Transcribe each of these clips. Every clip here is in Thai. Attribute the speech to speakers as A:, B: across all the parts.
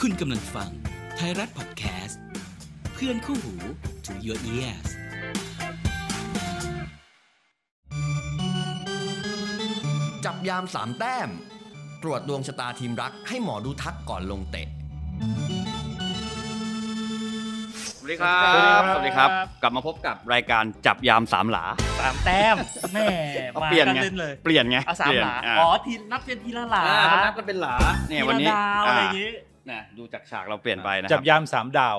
A: คุณกำลังฟังไทยรัฐพอดแคสต์ เพื่อนคู่หู to your ears
B: จับยามสามแต้ม ตรวจดวงชะตาทีมรักให้หมอดูทักก่อนลงเตะ
C: สวัสดีครับ
D: สวัสดีครับ
C: กลับมาพบกับรายการจับยามสามหลา
D: สามแต้มแม่
C: เอา
D: มา
C: เปลี่ยน
D: กั
C: ไง
D: เล่นเลย
C: เปลี่ยนไง
D: เอาสามหลา
C: เปยน
D: อ๋อทีนับเป็นทีละหลา
C: อ่าเขานับกันเป็นหลาเนี่ย
D: ที
C: วัน
D: ละ
C: นี้
D: ดาวอะไรอย่าง
C: นี้
D: งี้
C: นะดูจากฉากเราเปลี่ยนไปนะค
E: จั
C: รั
E: บบ ยามสามดาว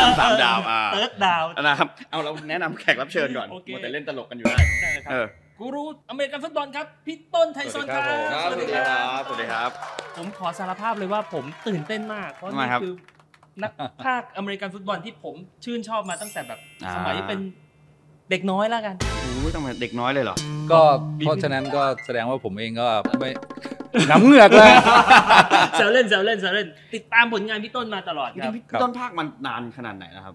C: จับยามสามดาวอ่า
D: เติร์ดดาว
C: นะครับเอาเราแนะนำแขกรับเชิญก่อน
D: โอเค
C: มัวแต่เล่นตลกกันอยู่ได้
D: ได้เลยครั
C: เอบ อ
D: กูรูอเมริกันฟุตบอลครับพี่ต้นไทยซอนครับ
C: สวัสดีครับสวัสดีครับ
D: ผมขอสารภาพเลยว่าผมตื่นเต้นมาก เพราะ
C: ทำไม
D: นี่
C: ครับ
D: คือนักภาคอเมริกันฟุตบอลที่ผมชื่นชอบมาตั้งแต่แบบ
C: อ่า
D: สมัยเป็นเด็กน้อย แล้วกัน
C: โอ้ยทำไมเด็กน้อยเลยเหรอ
E: ก็เพราะฉะนั้นก็แสดงว่าผมเองก็ไม่ น้ำเหงือกเลย
D: เซลเล่นเซลเล่นเซลเล่น ติดตามผลงานพี่ต้นมาตลอดครับ
C: พี่ต้นภาคมันนานขนาดไหนนะครับ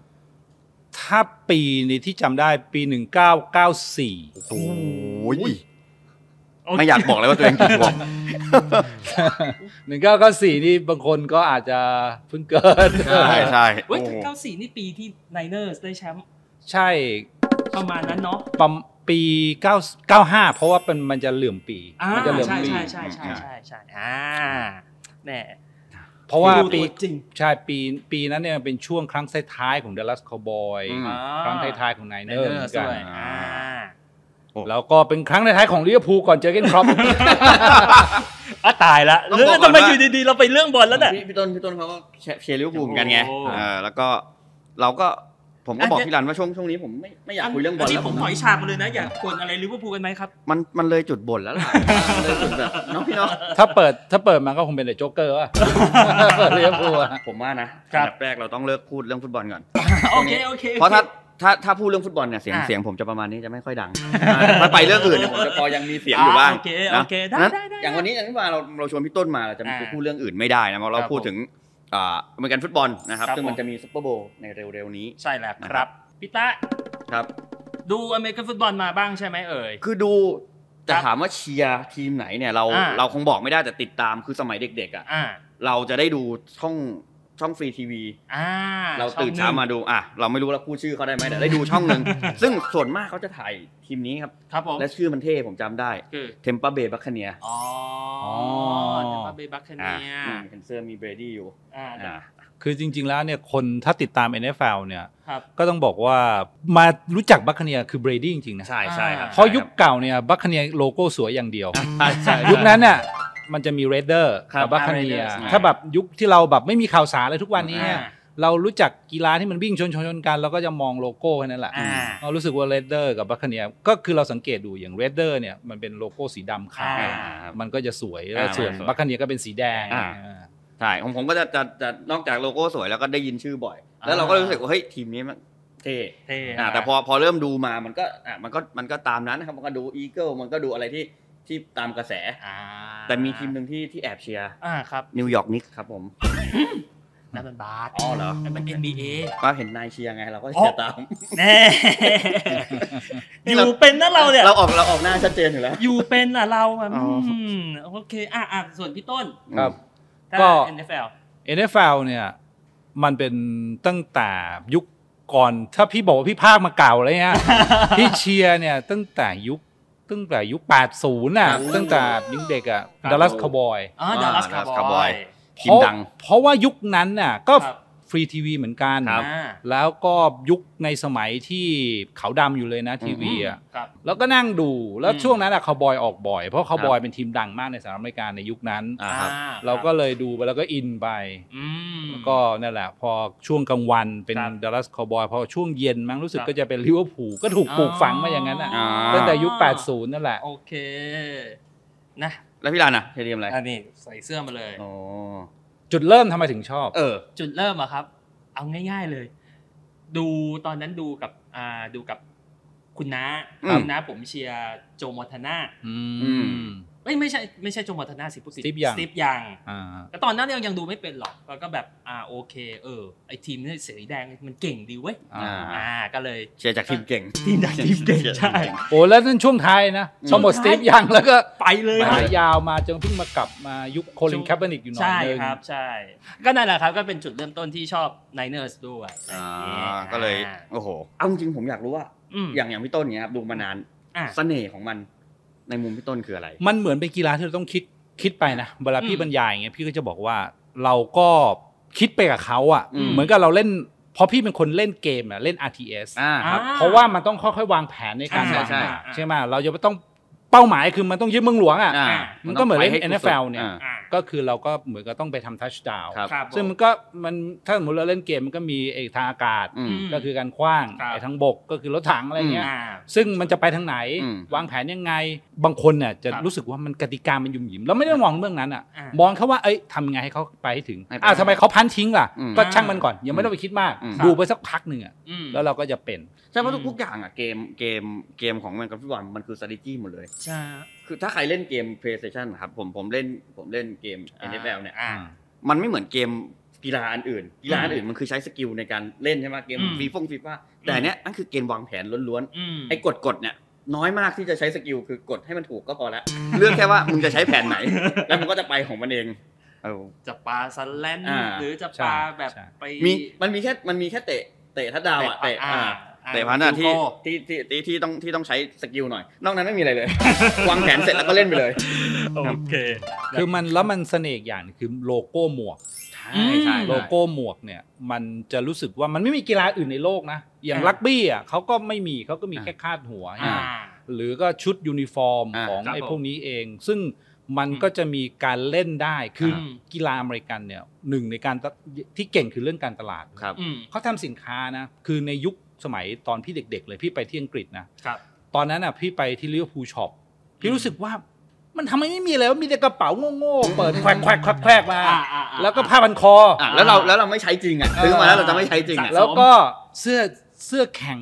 E: ถ้าปีนี้ที่จำได้ปี 1994
C: โอ้ยไม่อยากบอกเลยว่าตัวเองกี่ขวบ
E: 1994 นี่บางคนก็อาจจะเพิ่งเกิด
C: ใช่ใช่
D: เว้ย
C: โอ้โห
D: เก้าสี่นี่ปีที่ไนเนอร์สได้แชมป์
E: ใช่
D: ประมาณนั้นเนาะ
E: ประมาณปี9 95 เพราะว่ามันมันจะเหลื่อมปี
D: อ่า
E: มัจะเหลื่อม
D: ใช่
E: ปี
D: ใช่ใช่ใช่ใช่ใช่อ่าแหม
E: เพราะว่า
D: ดู
E: ปี
D: ตัวจริง
E: ใช่ปีปีนั้นเนี่ยมันเป็นช่วงครั้งท้ายๆของ Dallas Cowboy
C: อืม
D: อ่า
E: ครั้งท้ายๆของ Niners
D: ไนเนอ
E: เห
D: ร์
E: มือน
D: ด้
E: กัน
D: วยอ่า
E: แล้วก็เป็นครั้งท้ายๆของลิเวอร์พูลก่อนเจอเกนครอป
D: อ่ะตายละ
C: ต้อง
D: เรื่
C: บอก
D: อง
C: ก่อน
D: ทำไม
C: ว่า
D: อยู่ดีๆ เราไปเรื่องบอลแล้วน่ะ
C: พี่พี่ต้นพี่ต้นเขาก็เชียร์เชียร์ลิเวอร์พูลเหมือนกันไง
D: โอ้
C: เออแล้วก็เราก็ผมก็บอก
D: อันเนี้ย
C: พี่รันว่าช่วงช่วงนี้ผมไม่ไม่อยากคุยเรื่องบอล
D: นนี้
C: แล้ว
D: ผมถอยฉากมาเลยนะ อยากกวนอะไรลิเวอร์พูลกันไหมครับ
C: มันมันเลยจุดบ่นแล้วล่ะ มันเลยจุดแบบเน้องพี่เน้อง
E: ถ้าเปิดถ้าเปิดมาก็คงเป็นแต่โจ๊กเกอร์ว่ะ เปิดเรียบรัว
C: ผมว่านะครับ อันดัแรกเราต้องเลิกพูดเรื่องฟุตบอลก่อน
D: โอเคโอเค
C: เพราะถ้าถ้าถ้าพูดเรื่องฟุตบอลเนี่ยเสียง
D: อ่ะ
C: เสียงผมจะประมาณนี้จะไม่ค่อยดัง ถ้าไปเรื่องอื่นเนี่ยผมจะพอยังมีเสียงอยู่บ้าง
D: โอเค
C: นะ
D: โอเคได้
C: นั้น
D: ได้ได้
C: อย่างวันนี้อย่างที่มาเราเราชวนพี่ต้นมาเราจะ
D: อ่า
C: ไปพูดเรื่องอื่นไม่ได้นะเพราะเรา
D: ครับ
C: พูดถึงอ่าอเมริกันฟุตบอลนะครับ
D: ครับ
C: ซึ่งมัน
D: ผม
C: จะมีซุปเปอร์โบว์ในเร็วๆนี้
D: ใช่แล้วครับพี่ตะ
C: ครับ
D: ดูอเมริกันฟุตบอลมาบ้างใช่ไหมเอ่ย
C: คือดูแต่
D: ครับ
C: ถามว่าเชียร์ทีมไหนเนี่ยเรา
D: อ่า
C: เราคงบอกไม่ได้แต่ติดตามคือสมัยเด็กๆอ่ะ
D: อ่า
C: เราจะได้ดูช่องช่องฟรีทีวี
D: อ่า
C: เราตื่น
D: ช่องห
C: เช้ามาดูอ่ะเราไม่รู้เราพูดชื่อเขาได้ไหมแต่ได้ดูช่องห นึ่ง ซึ่งส่วนมากเขาจะถ่ายทีมนี้ครับ
D: ครับผม
C: และชื่อมันเท่ผมจำได้
D: คือ
C: เทม p ป b เบย์บัคเนีย
D: อ๋อเดนมาร์กเบย์บัคเนีย
C: เคนเซอร์มีเบรดี้อยู่
D: อ่า
C: อ่า
E: คือจริง ๆ แล้วเนี่ยคนถ้าติดตาม NFL เนี่ย
D: ครับ
E: ก็ต้องบอกว่ามารู้จักบัคเนียคือเบรดี้จริง ๆ นะ
C: ใช่ใช่ครับ
E: เพราะยุคเก่าเนี่ยบัคเนียโลโก้สวยอย่างเดียว
C: ใช่ใช่
E: ยุคนั้นน่ะมันจะมีเรดเดอร์
C: ครับ
E: กับบัคเนีย
D: Raiders
E: ถ้าแบบยุคที่เราแบบไม่มีข่าวสารเลยทุกวันนี้
D: อ่า
E: เรารู้จักกีฬาที่มันวิ่งชนชนชนกันเราก็จะมองโลโก้แค่นั้นแหละ
D: อ่า
E: เรารู้สึกว่าเรดเดอร์กับบัคเนียก็คือเราสังเกตดูอย่างเรดเดอร์เนี่ยมันเป็นโลโก้สีดำขาว
D: อ่า
E: มันก็จะสวยแล้ว
C: อ่า
E: ส่วน
C: สวย
E: บัคคาเนียก็เป็นสีแดง
C: อ่า
E: อ่า
C: ใช่ของผมก็จะจะจะนอกจากโลโก้สวยแล้วก็ได้ยินชื่อบ่อย แล้วเราก็รู้สึกว่าเฮ้ยทีมนี้มันเท่
D: เท่
C: อ่า
D: นะ
C: แต่พอพอเริ่มดูมามันก็อ่ามันก็มันก็ตามนั้นนะครับมันก็ดูอีเกิลมันก็ดูอะไรที่ที่ตามกระแส
D: อ่า
C: แต่มีทีมหนึ่งที่ที่แอบเชียร์
D: อ่าครับ
C: นิวยอร์กนิกส์ครับผม
D: นั่นเป็นบาส
C: อ๋อเหรอ
D: นั่นเป็น NBA
C: ก็เห็นนายเชียร์ไงเราก็เชียร์ตาม
D: แน่
C: นี่
D: อยู่
C: เรา
D: เป็นนะเราเนี่ย
C: เราออกเราออกหน้าชัดเจนอยู่แล้ว
D: อยู่เป็นอ่ะเราอ่ะ
C: อ๋ออื
D: มโอเคอ่ะอ่ะส่วนพี่ต้น
E: ครับ
D: ถ้า
E: ก็
D: NFL
E: NFL เนี่ยมันเป็นตั้งแต่ยุคก่อน ถ้าพี่บอกว่าพี่ภาคมาเก่าเล ยฮะ พี่เชียร์เนี่ยตั้งแต่ยุคตั้งแต่ยุค 80น่ะ
C: ครับ
E: ตั้งแต่ยังเด็กอ่ะ
C: ครับ
E: ดัลลัสคาบอย
D: อ๋อดัลลัส
C: Dallas
D: คาร์บอ
C: Cowboy
D: ย
C: ทีมดัง
E: เพราะว่ายุคนั้นน่ะก็
D: ครับ
E: ฟรีทีวีเหมือนกัน
C: ครับ
D: อ่า
E: แล้วก็ยุคในสมัยที่ขาวดำอยู่เลยนะทีวีอ่ะ
D: ครับ
E: แล้วก็นั่งดูแล้ว
D: อืม
E: ช่วงนั้นอะคาวบอยออกบ่อย เพราะคาวบอ
C: ค
E: ย
C: รับ
E: เป็นทีมดังมากในสหรัฐอเมริกาในยุคนั้น
C: อ่าครับ
D: อ่
E: เราก็เลยดูไปแล้วก็อินไป
D: อืม
E: ก็นั่นแหละ พอช่วงกลางวันเป็น
D: ครับ
E: ดัลลัสคาวบอยพอช่วงเย็นมั้งรู้สึก
D: ครับ
E: ก็จะเป็นลิเวอร์พูลก็ถูกปลูกฝังมาอย่างนั้นอ่ะ
D: อ๋อ
E: ตั้งแต่ยุค 80 นั่นแหละ
D: โอเค นะ
C: แล้วพี่ลานอ่ะเชียร์ทีมอะไร
D: อันนี้ใส่เสื้อมาเลย
C: อ๋อ
E: จุดเริ่มทำไมถึงชอบ
C: เออ
D: จุดเริ่มอะครับ เอาง่าย ๆเลย ดูตอนนั้นดูกับอ่าดูกับคุณน้า
C: อืม
D: คุณน้าผมเชียร์โจมอร์ทาน่า
E: อื
C: อืม
E: ม
D: เอ้ยไม่ใช่ไม่ใช่จงวัฒนาสิพูดผิด
E: Steve Young
D: สตีฟยาง
E: อ่า
D: แต่ตอนนั้นเรายังดูไม่เป็นหรอกแล้วก็แบบอ่าโอเค เออไอทีมนี่สีแดงมันเก่งดีเว้ย
E: อ่า
D: อ่าก็เลย
C: เชียร์จากทีมเก่ง
D: ทีมจากทีมเก่งใช่
E: โอ้แล้วนั่นช่วงท้ายนะ
D: อืม
E: พอหมดส
D: ช่วง
E: ตี
D: ท้าย
E: ฟยังแล้วก็
D: ไปเลย
E: หา
D: ฮะ
E: ยาวมาจนเพิ่งมากลับมายุคโคลินแคปเปอร์นิกอยู่หน่อย
D: ใช่
E: นึง
D: ครับใช่ ก็นั่นแหละครับก็เป็นจุดเริ่มต้นที่ชอบไนเนอร์สด้วย
C: อ่าก็เลยโอ้โหเอาจริงๆผมอยากรู้ว่า
D: อืม
C: อย่างอย่างพี่ต้นเนี่ยครับดูมานาน
D: อ่ะ
C: เสน่ห์ของมันในมุมพี่ต้นคืออะไร
E: มันเหมือนเป็นกีฬาที่เราต้องคิดคิดไปนะเวลาพี่
D: อืม
E: บรรยายอย่างเงี้ยพี่ก็จะบอกว่าเราก็คิดไปกับเขาอะ่ะ
C: อืม
E: เหมือนกับเราเล่นเพราะพี่เป็นคนเล่นเกมอะเล่น RTS
C: อ่าครับ
E: เพราะว่ามันต้องค่อยๆวางแผนในการ
C: ใช่
E: วาง
C: ใช่
E: แผนใช่ไหมเราจะต้องเป้าหมายคือมันต้องยึดเมืองหลวงอะ่ะ
C: อ่า
E: มันก็เหมือนเล่น
C: ไปให้
E: NFL เนี่ย
C: อ่า
D: อ่ะ
E: ก็คือเราก็เหมือนกับต้องไปทำทัชดาว
C: ครับ
D: ครับ
E: ซึ่ง
D: ผ
E: มันก็มันถ้าสมมติเราเล่นเกมมันก็มีไอ้ทางอากาศ
C: อืม
D: ม
E: ก็คือการขว้าง
D: ครับ
E: ไอ้ทางบกก็คือรถถังอะไรเงี้ย
D: อ่า
E: ซึ่งมันจะไปทางไหน
C: อืม
E: วางแผนยังไง บางคนเนี่ยจะ
D: ครับ
E: รู้สึกว่ามันกติกามันหยุ่มหยิมแล้วไม่ได้มองเรื่องนั้นอ่ะ
D: อ่าม
E: องเขาว่าเอ้ยทำยังไงให้เขาไปให้ถึง
C: ให้ไป
E: อ้าวทำไมเขาพันทิ้งล่ะ
C: อืม
E: ก็ช่างมันก่อนยังไม่ต้องไปคิดมาก
C: อืม
E: ดูไปสักพักหนึ่งอ่ะ
D: อืม
E: แล้วเราก็จะเป็น
C: ใช่เพราะทุกทุกอย่างอ่ะเกมเกมเกมของแมนกับฟุตบอลมันคือ strategy หมดเลย
D: ใช่
C: คือถ้าใครเล่นเกม PlayStation นะครับผมผมเล่นผมเล่นเกม NFL เนี่ย
D: อ่า
C: มันไม่เหมือนเกมกีฬาอันอื่น กีฬาอัน
D: อืม
C: อื่นมันคือใช้สกิลในการเล่นใช่ไหมเกม
D: อืม
C: ฟีฟงฟีฟ่าแต่อันเนี้ยนั่นคือเกมวางแผนล้วน
D: อืม
C: ๆไอ้กดกดๆเนี่ยน้อยมากที่จะใช้สกิลคือกดให้มันถูกก็พอละ เลือกแค่ว่ามึงจะใช้แผน ไหน แล้วมันก็จะไปของมันเองเอา
D: จะปลาสแลนด์
C: อ่า
D: หรือจะป
E: ใช่
D: ลาแบบ
E: ใช่
D: ไป
C: มีมันมีแค่มันมีแค่เตะเตะทัดดาวอ่ะเตะอ่า
D: อ่
C: เตะพันธุ์อะที่
D: ลูกโก้
C: ที่ที่ที่ที่ต้องที่ต้องใช้สกิลหน่อย นอกนั้นไม่มีอะไร เลย วางแผนเสร็จแล้วก็เล่นไปเลย
D: โอเค
E: คือมันแล้วมันเสน่ห์อย่างคือโลโก้หมวก
C: ใช่
D: ใช่
E: โลโก้หมวกเนี่ยมันจะรู้สึกว่ามันไม่มีกีฬาอื่นในโลกนะอย่างรักบี้อ่ะเขาก็ไม่มีเขาก็มี
C: อ่า
E: แค่คาดหัว
D: อ่า
E: หรือก็ชุดยูนิฟอร์ม
C: อ่า
E: ของ
D: ครับ
E: ไอ้
D: ผม
E: พวกนี้เอง ซึ่งมันก็จะมีการเล่นได้คืออา กีฬาอเมริกันเนี่ยหนึ่งในการตะที่เก่งคือเรื่องการตลาด
C: ครับ
D: อืม
E: เขาทำสินค้านะ คือในยุคสมัยตอนพี่เด็ก ๆ เลยพี่ไปที่อังกฤษนะครับ ตอนนั้นอ่ะพี่ไปที่ลิเวอร์พูลช็อป
D: อื
E: พี่
D: ม
E: รู้สึกว่ามันทำไมไม่มีเลยว่ามีแต่กระเป๋าโง่ๆเปิดแควกแควกแควกแควกมา
D: อ่าอ่าอ่า
E: แล้วก็ผ้าพันคออ
C: อ่ะแล้วเราแล้วเราไม่ใช้จริงอ่ะซื้อมาแล้วเราจะไม่ใช้จริงอ่ะ
D: สะสม
E: แล้วก็เสื้อเสื้อแข่ง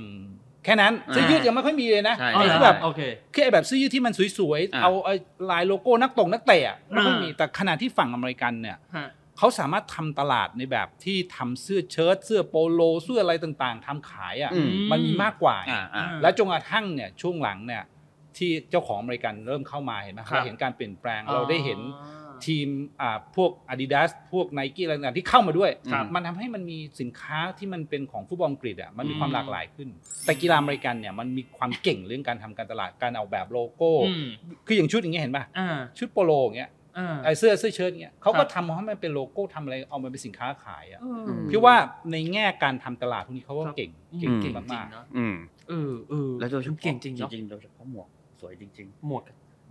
E: แค่นั้น
C: อ่า
E: เสื้อยืดยังไม่ค่อยมีเลยนะ
C: ใช่
D: อ๋อเหรอ
E: ที่แบบ
D: โอเค
E: คือไอ้แบบเสื้อยืดที่มันสวย
C: อ่า
E: ๆ เอาไอ้ลายโลโก้นักตรงนักเตะอะไม่ค่อยมี
D: อ่า
E: แต่ขณะที่ฝั่งอเมริกันเนี่ย
D: ฮะ
E: เขาสามารถทำตลาดในแบบที่ทำเสื้อเชิ้ตเสื้อโปโลเสื้ออะไรต่างๆทำขายอ่ะ
C: อืม
E: มันมีมากกว่า
C: อ่าอ่า
E: และจงกระทั่งเนี่ยช่วงหลังเนี่ยที่เจ้าของอเมริกันเริ่มเข้ามาเห็นไหม
D: ครับ
E: เราเห็นการเปลี่ยนแปลงเราได้เห็น ทีมอ่าพวก Adidas พวก n i กี้อะไรต่างๆที่เข้ามาด้วย
C: ครับ
E: มันทำให้มันมีสินค้าที่มันเป็นของฟุตบอลอังกฤษอ่ะมันมี
D: อืม
E: ความหลากหลายขึ้น แต่กีฬาอเมริกันเนี่ยมันมีความเก่งเรื่องการทำการตลาดการออกแบบโลโก้
D: อืม
E: คืออย่างชุดอย่างเงี้ยเห็นป่ะ
D: อ่า
E: ชุดโปโลอย่างเงี้ย
D: อ่า
E: ไอเสื้อเสื้อเชิ้ตอย่างเงี้ยเขา
D: ครั
E: ก็
D: บ
E: ทำให้มันเป็นโลโก้ทำอะไรเอามาเป็นสินค้าขายอ่ะ
D: เออ
C: ม
E: พี่ว่าในแง่การทำตลาดพวกนี้เขาก็
D: ครับ
E: เก่ง
D: อืม
E: เก่ง
D: เก่งจริ
E: มาง ก
D: เนอะ
C: อืม
D: เออเออ
C: แล้วโดยเฉพาะ
D: เก่งจริงเนอะ
C: จริงๆโดยเฉพาะหมวกสวยจริง
D: หมวก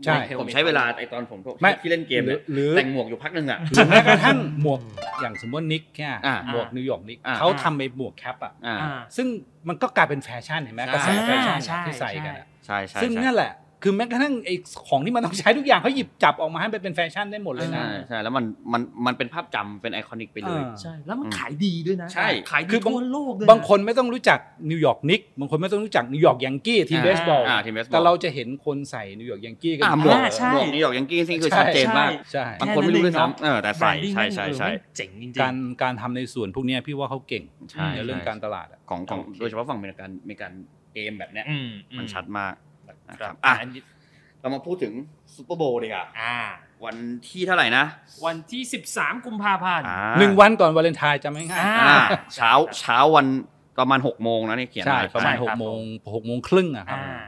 E: ใช่
D: หวก
C: ๆ ผมใช้เวลาไอตอนผม
E: ไม่
C: ที่เล่น
E: ๆ
C: เกมเนี่ย
E: หรือ
C: แต่งหมวกอยู่พักหนึ่งอ่ะ
E: หรือแม้กระทั่งหมวกอย่างสมมตินิกเนี่ย
C: อ่า
E: หมวกนิวยอร์กนิก
C: อ่า
E: เขา
D: อ่า
E: ทำไปหมวกแคปอ่ะ
C: อ่า
D: อ่า
E: ซึ่งมันก็กลายเป็นแฟชั่นเห็นไหม
C: ใช่
E: กระแสแฟชั่น
D: ใช่
E: ที่ใส่กันอะ
C: ใช่ใช่
E: ซึ่ง
C: ใช่
E: นั่นแหละ คือแม้กระทั่งไอ้ของที่มันต้องใช้ทุกอย่างเขาหยิบจับออกมาให้เป็นแฟชั่นได้หมดเลยนะ
C: ใช่ใช่แล้วมันมันมันเป็นภาพจำเป็นไอคอนิกไปเลย
E: เออ
D: ใช่ แล้วมัน
C: อืม
D: ขายดีด้วยนะ
C: ใช่
D: ขายดี
E: คือบาง
D: ทั่วโลกด้วยะ
E: บางคนไม่ต้องรู้จักนิวยอร์กนิกบางคนไม่ต้องรู้จักนิวยอร์กยังกี้ทีมเบสบอล
C: อ่าทีมเบสบอล
E: แต่เราจะเห็นคนใส่นิวยอร์กยังกี้กัน
C: อ่าหม
E: เยวอะ
C: ก
D: อ่าใช่
C: หมวกนิวยอร์กยังกี้ซึ่งคือชัดเจนมาก
E: ใช่
C: บางคนไม่รู้ด้วยซ้ำเออแต่ใส่ใช่ใช่ใช่
D: แบรนดิ้งแม่งเออแม่งเจ๋งจริงๆ
E: การการทำในส่วนพวกเนี้ยพี่ว่าเขาเก่ง
C: ใช่
E: ในเรื่องการตลาดอะ
C: ของของ
D: โอเค
C: โดยเฉพาะฝั่งอเมริกันอเมริกันเกมแบบเนี้ย
D: อืมอื
C: มันชัดมากนะ
D: ค
C: ค
D: รั
C: รั
D: บบ
C: อ่ะ
D: อันนี้
C: เรามาพูดถึงซูเปอร์โบว์ดีกว่า
D: อ่า
C: วันที่เท่าไหร่นะ
D: วันที่ 13 กุมภาพันธ์
C: อ่า
E: หนึ่งวันก่อนวาเลนไทน์จำง่าย
D: อ่า
C: อ่าเช้าเช้าวันประมาณหกโมงนะนี่เขียน
E: ใช่
C: ไว้
E: ประมาณ
D: ใช่
E: ห
D: ค
E: ก
D: รับ
E: โมงหกโมงครึ่งอะครับ
D: อ่า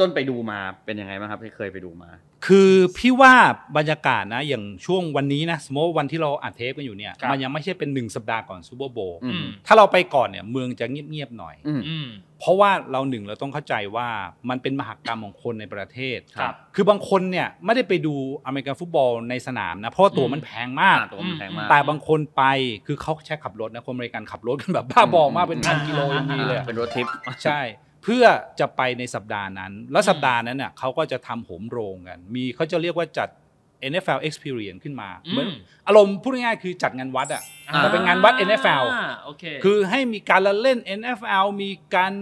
C: ต้นไปดูมาเป็นยังไงบ้างครับที่เคยไปดูมา
E: คือพี่ว่าบรรยากาศนะอย่างช่วงวันนี้นะสมมติว่าวันที่เราอัดเทปกันอยู่เนี่ย
D: ครับ
E: มันยังไม่ใช่เป็นหนึ่งสัปดาห์ก่อนซูเปอร์โบ
C: อื
D: อืม
C: ม
E: ถ้าเราไปก่อนเนี่ยเมืองจะเงียบๆหน่อย
C: อืม
D: อืม
E: เพราะว่าเราหนึ่งเราต้องเข้าใจว่ามันเป็นมหากรรมของคนในประเทศ
C: ครับ
E: คือบางคนเนี่ยไม่ได้ไปดูอเมริกันฟุตบอลในสนามนะเพราะว่าตัว
D: อืม
E: มันแพงมาก
C: อ่าตัวมันแพงมาก
E: แต่บางคนไปคือเขาใช้ขับรถนะคนอเมริกันขับรถกันแบบบ้าบอมากเป็นพันกิโลยังมีเลย
C: อ่าเป็นรถทริป
E: ใช่ เพื่อจะไปในสัปดาห์นั้น แล้วสัปดาห์นั้นเน่ะเขาก็จะทำโหมโรงกัน มีเขาจะเรียกว่าจัด NFL Experience ขึ้นมาเหมือน อารมณ์พูดง่ายๆคือจัดงานวัดอ่ะ
C: อ่า
E: แต่เป็นงานวัด NFL
D: อ่าโอเค
E: คือให้มีการละเล่น NFL มีการ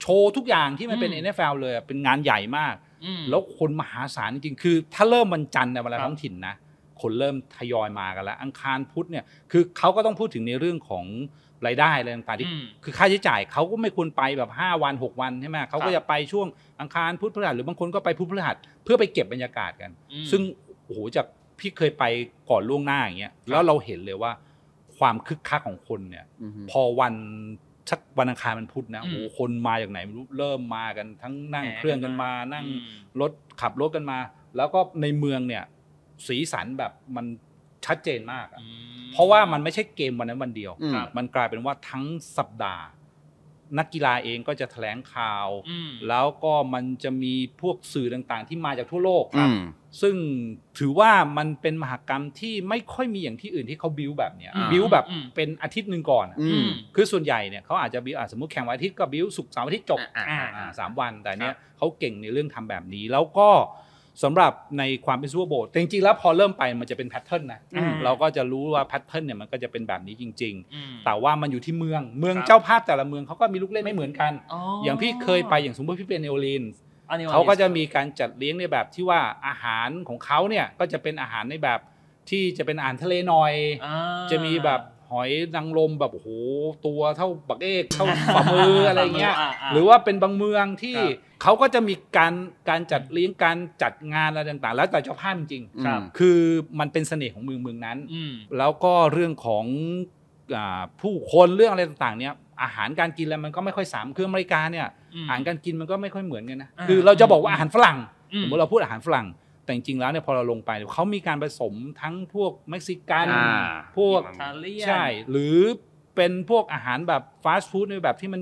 E: โชว์ทุกอย่างที่มันเป็น
D: อืม
E: NFL เลยอะเป็นงานใหญ่มาก
D: อืม
E: แล้วคนมหาศาลจริงๆคือ ถ้าเริ่มวันจันทร์เนี่ยเวลา
D: ครับ
E: ท้องถิ่นนะคนเริ่มทยอยมากันแล้ว อังคารพุธเนี่ยคือเขาก็ต้องพูดถึงในเรื่องของรายได้อะไรต่างๆที่
D: อืม
E: คือค่าใช้จ่ายเขาก็ไม่ควรไปแบบ 5 วัน 6 วันใช่ไหมเขา
D: ครั
E: ก็
D: บ
E: จะไปช่วงอังคารพุธพฤหัสหรือบางคนก็ไปพุธพฤหัสเพื่อไปเก็บบรรยากาศกัน
D: อืม
E: ซึ่งโอ้โหจากพี่เคยไปก่อนล่วงหน้าอย่างเงี้ยแล้วเราเห็นเลยว่าความคึกคักของคนเนี่ย
C: อืม
E: พอวันชักวันอังคารมันพุธนะ
D: อืม
E: โอ้โหคนมาจากไหนไม่รู้เริ่มมากันทั้งนั่ง
D: แห่
E: เครื่องกันมานั่ง
D: อืม
E: รถขับรถกันมา แล้วก็ในเมืองเนี่ย สีสันแบบมันชัดเจนมากอะเพราะว่ามันไม่ใช่เกมวันนั้นวันเดียว
C: อืม
D: ครับ
E: มันกลายเป็นว่าทั้งสัปดาห์ นักกีฬาเองก็จะแถลงข่าว
D: อืม
E: แล้วก็มันจะมีพวกสื่อต่างๆ ที่มาจากทั่วโลก
C: อืม
E: ซึ่งถือว่ามันเป็นมหกรรมที่ไม่ค่อยมีอย่างที่อื่นที่เขาบิวแบบเนี้ย
C: อ่า
E: บิวแบบ
D: อืม
E: เป็นอาทิตย์หนึ่งก่อนอะ
C: อืม
E: คือส่วนใหญ่เนี่ยเขาอาจจะบิวอ่ะสมมติแข่งวันอาทิตย์ก็บิวสุกร์เสาร์อาทิตย์จบ
C: อ่า
D: อ่า
E: อ่าสามวันแต่เนี้ยเขาเก่งในเรื่องทำแบบนี้ แล้วก็สำหรับในความเป็นซูเปอร์โบว์จริงๆแล้วพอเริ่มไปมันจะเป็นแพทเทิร์นนะ
D: อืม
E: เราก็จะรู้ว่าแพทเทิร์นเนี่ยมันก็จะเป็นแบบนี้จริง
D: อืม
E: ๆ แต่ว่ามันอยู่ที่เมืองเมือง
D: ครับ
E: เจ้าภาพแต่ละเมืองเขาก็มีลูกเล่นไม่เหมือนกัน อย่างพี่เคยไปอย่างสมมติพี่เป็นเนโอลีนส์
D: อันนี้วัน
E: เขาก็จะ
D: นี้
E: มีการจัดเลี้ยงในแบบที่ว่าอาหารของเขาเนี่ยก็จะเป็นอาหารในแบบที่จะเป็นอาหารทะเลหน่อย
D: อ่า
E: จะมีแบบหอยนางรมแบบโอ้โหตัวเท่าบักเอกเท่า ฝ่ามืออะไรเงี้ย
D: ฝ่ามืออ่าอ่า
E: หรือว่าเป็นบางเมืองที่
D: ครับ
E: เขาก็จะมีการการจัดเลี้ยงการจัดงานอะไรต่างๆ แล้วแต่เจ้าภาพจริงๆ
D: ครับ
E: คือมันเป็นเสน่ห์ของเมืองเมืองนั้น
D: อืม
E: แล้วก็เรื่องของอาผู้คนเรื่องอะไรต่างๆเนี่ยอาหารการกินอะไรมันก็ไม่ค่อยสามคืออเมริกาเนี่ยอาหารการกินมันก็ไม่ค่อยเหมือนกันนะ
D: อ่า
E: คือเราจะบอกว่าอาหารฝรั่ง
D: อืม
E: สมมติเราพูดอาหารฝรั่ง แต่จริงๆแล้วเนี่ยพอเราลงไปเขามีการผสมทั้งพวกเม็กซิกัน
C: อ่า
E: พวก
D: อิตาเลียน
E: ใช่ หรือเป็นพวกอาหารแบบฟาสต์ฟู้ดในแบบที่มัน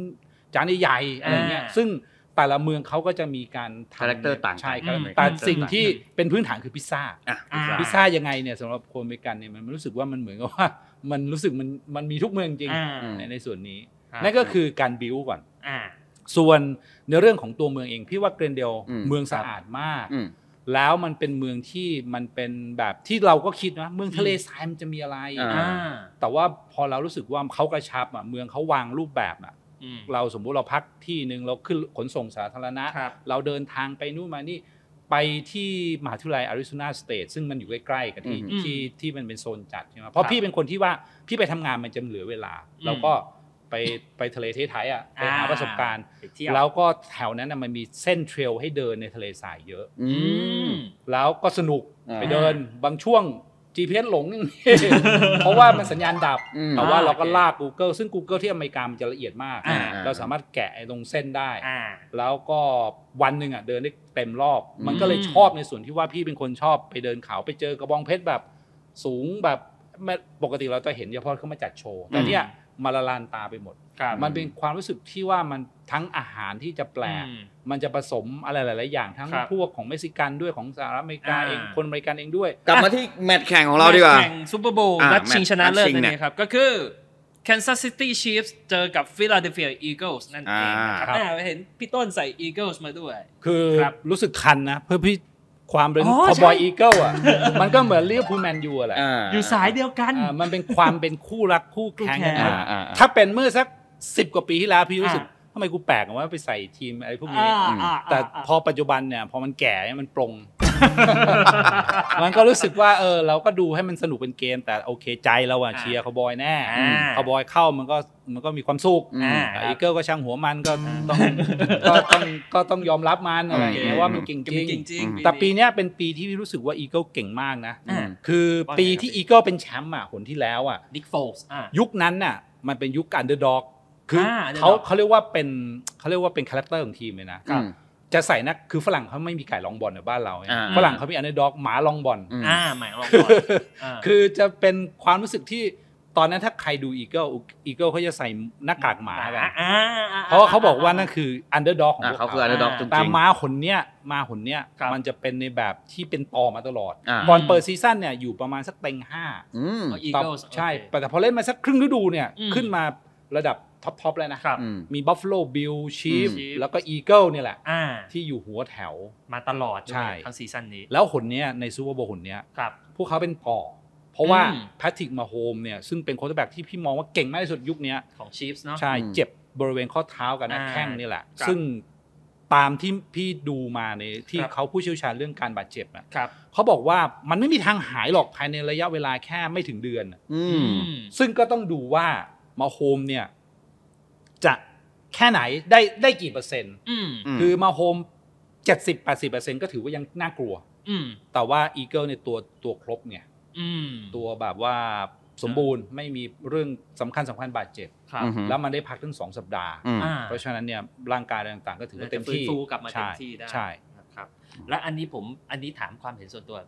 E: จานใหญ่ๆอะไรเงี้ย
D: อ่า
E: ซึ่งแต่ละเมืองเขาก็จะมีการทำ
C: Character ต่างกัน
E: ใช่ครับ
D: อืม
E: แต่สิ่งที่เป็นพื้นฐานคือพิซซ่า
C: อ่ะ
D: อ่า
E: พิซซ่ายังไงเนี่ยสำหรับคนอเมริกันเนี่ยมันรู้สึกว่ามันเหมือนกับว่า มันรู้สึกมันมันมีทุกเมืองจริง
D: อ่า
E: ในในส่วนนี้
D: ครับ
E: นั่นก็คือการบิวก่อน
D: อ่า
E: ส่วนในเรื่องของตัวเมืองเองพี่ว่าเกรนเดล
C: อืม
E: เมืองสะอาดมาก
C: อืม
E: แล้วมันเป็นเมืองที่มันเป็นแบบที่เราก็คิดนะเมืองทะเลทรายมันจะมีอะไร
C: อ่า
D: อ่า
E: แต่ว่าพอเรารู้สึกว่าเขากระชับอ่ะเมืองเขาวางรูปแบบอ่ะ
D: อืม
E: เราสมมุติเราพักที่หนึ่งเราขึ้นขนส่งสาธารณะ
D: ครับ
E: เราเดินทางไปนู่นมานี่ไปที่มหาวิทยาลัยอาริโซนาสเตทซึ่งมันอยู่ใกล้ๆกับที่
D: อืม
E: ที่ที่มันเป็นโซนจัดใช่ไหมเพราะพี่เป็นคนที่ว่าพี่ไปทำงานมันจะเหลือเวลา
D: อืม
E: เราก็ไปไปทะเลเทไทยอ่ะไปหา
D: อ่า
E: ประสบการณ์
D: ไปเที่ยว
E: แล้วก็แถวนั้นนะมันมีเส้นเทรลให้เดินในทะเลสายเยอะ
C: อื
D: อื
C: ม
D: ม
E: แล้วก็สนุก
C: อ่า
E: ไปเดินบางช่วง GPS หลง เพราะว่ามันสัญญาณดับ
C: อืม
E: แต่ว่าเราก็
D: อ่าโอเค
E: ลาก Google ซึ่ง Google ที่อเมริกามันจะละเอียดมาก
D: อ่า
E: เราสามารถแกะไอ้ตรงเส้นได้
D: อ่า
E: แล้วก็วันหนึ่งอ่ะเดินได้เต็มรอบ
C: อืม
E: มันก็เลยชอบในส่วนที่ว่าพี่เป็นคนชอบไปเดินเขาไปเจอกระบองเพชรแบบสูงแบบไม่ปกติเราจะเห็นเฉพาะเขามาจัดโชว์ แต่เนี่ยมาละลานตาไปหมด
D: ครับ
E: มันเป็นความรู้สึกที่ว่ามันทั้งอาหารที่จะแปลก
D: อืม
E: มันจะผสมอะไรหลาย ๆ อย่างทั้ง
D: ครับ
E: พวกของเม็กซิกันด้วยของสหรัฐอเมริกาเอง
D: อ่า
E: คนอเมริกันเองด้วย
C: กลับมาที่แมตช์แข่งของเราดีกว่า
D: แข่งซูเปอร์โบว์
C: อ่า
D: นัดชิงชนะเลิ
C: นั
D: ศ
C: ดชิง
D: นั่น
C: เนี่
D: เอย งครับ ก็คือ Kansas City Chiefs เจอกับ Philadelphia Eagles นั่นเองนะค
E: อ่า
D: รับอ่าเห็นพี่ต้นใส่ Eagles มาด้วย
E: คือ
D: ครับ
E: รู้สึกคันนะ เพื่อพี่ความเป็น
D: อ๋อ
E: คอ
D: ใช่
E: บอยอีเกิลอ่ะ มันก็เหมือนเรียกพูแมนยูอะแหละ
D: อยู่สายเดียวกัน
E: อ่ามันเป็นความเป็นคู่รักคู่แข่ง
D: คู่
E: กัน
D: แข่ง
E: มา
C: อ่าอ่า
E: ถ้าเป็นเมื่อสักสิบกว่าปีที่แล้วพี่รู้สึก
D: อ่า
E: ทำไมกูแปลกว่าไปใส่ทีมอะไรพวกนี้
D: อ่าอ่า
E: แต่
D: า
E: พอปัจจุบันเนี่ยพอมันแก่เนี่ยมันปรง มันก็รู้สึกว่าเออเราก็ดูให้มันสนุกเป็นเกม แต่โอเคใจเราอะ
D: อ่า
E: เชียร์คาวบอยแน่
D: อ่า
E: คาวบอยเข้ามันก็มันก็มีความสุข
C: อืม
D: อ่า
E: แต่
D: ค
E: อี
D: รับ
E: เกิลก็ช่างหัวมันก็ต้อง ก็ต้องก็ต้องยอมรับมันอะไรอย่างเงี้ย
C: โอเค
E: ว่ามันเก่งจริง
D: จริงๆ
E: แต่ปีเนี้ยเป็นปีที่พี่รู้สึกว่าอีเกิลเก่งมากนะ
D: อ่า
E: คือปี
D: ว่าไงครับ
E: ที่อีเกิลเป็นแชมป์อ่ะหนที่แล้วอ่ะ
D: Nick Foles อ่า
E: ยุคนั้นน่ะมันเป็นยุคอันเดอร์ด็อกคืออา เขา
D: underdog
E: เขาเรียกว่าเป็นเขาเรียกว่าเป็นคาแรคเตอร์ของทีมเลยนะ
C: อืม
E: จะใส่นะคือฝรั่งเขาไม่มีไก่ลองบอลในบ้านเราเนี่ย
C: อ่า
E: ฝรั่งเขามีอันเดอร์ด็อกหมาลองบอล
C: อืม
D: อ่าหมายของเรา
E: คือ
D: ก่อนอ่า
E: คือจะเป็นความรู้สึกที่ตอนนั้นถ้าใครดูอีเกิลอีเกิลเขาจะใส่หน้ากากหมากัน
D: อ่อ่
E: เพราะว่าเขาบอกว่านั่นคืออันเดอร์ด็อกของ
C: อ่า
E: พวก
C: เขา
E: เขา
C: คืออันเดอร์ด็อกจริงๆ
E: แต่ม้าขนเนี้ยมาขนเนี้ย
D: ครับ
E: มันจะเป็นในแบบที่เป็นต่อมาตลอด
C: อ่า
E: ก่อนเปิดซีซั่นเนี่ยอยู่ประมาณสักเต็งห้า
C: อืม
D: ของ Eagles
E: ใช่
D: โอเค
E: แต่พอเล่นมาสักครึ่งฤดูเนี่ย
D: อืม
E: ขึ้นมาระดับท็อปทอปเลยนะครับ
C: อืม
E: มีบัฟฟาโลบิลชีฟ
D: Chief
E: แล้วก็อีเกิลเนี่ยแหละ
D: อ่า
E: ที่อยู่หัวแถว
D: มาตลอด
E: ใช่
D: ไหมทั้งซีซั่นนี้
E: แล้วหนเนี้ยในซูเปอร์โบว์หนเนี้ย
D: ครับ
E: พวกเขาเป็นต่อ เพราะว่า
D: อืม
E: แพทริกมาโฮมเนี่ยซึ่งเป็นโค้ชแบ็กที่พี่มองว่าเก่งมากที่สุดยุคเนี้ย
D: ของ Chiefs เนาะ
E: ใช่
C: อืม
E: เจ็บบริเวณข้อเท้ากับหน้า
D: อ่า
E: แข้งนี่แหละ
D: ครับ
E: ซึ่ง ตามที่พี่ดูมาในที่
D: ครับ
E: เขาผู้เชี่ยวชาญเรื่องการบาดเจ็บอะ
D: ครับ
E: เขาบอกว่ามันไม่มีทางหายหรอกภายในระยะเวลาแค่ไม่ถึงเดือนอะ
C: อืม
E: ซึ่งก็ต้องดูว่ามาโฮมเนี่ย จะแค่ไหนได้ได้กี่เปอร์เซ็นต์
D: อืม
C: อืม
E: คือมาโฮมเจ็ดสิบแปดสิบเปอร์เซ็นก็ถือว่ายังน่ากลัว
D: อืม
E: แต่ว่าอีเกิลในยตัวตัวครบไง
D: อืม
E: ตัวแบบว่าสมบูรณ์ไม่มีเรื่องสำคัญสำคัญบาดเจ็บ
D: ครับ
C: อือฮึ
E: แล้วมันได้พักทั้งสองสัปดาห์
C: อืม
D: อ่า
E: เพราะฉะนั้นเนี่ยร่างกายอะไรต่างๆ ก็ถือว่าเต็ม
D: ฟื้น
E: ที่
D: ฟูกลับมาเต็ม
E: ใช่
D: ที่ได้
E: ใช่
D: นะครับ และอันนี้ผมอันนี้ถามความเห็นส่วนตัว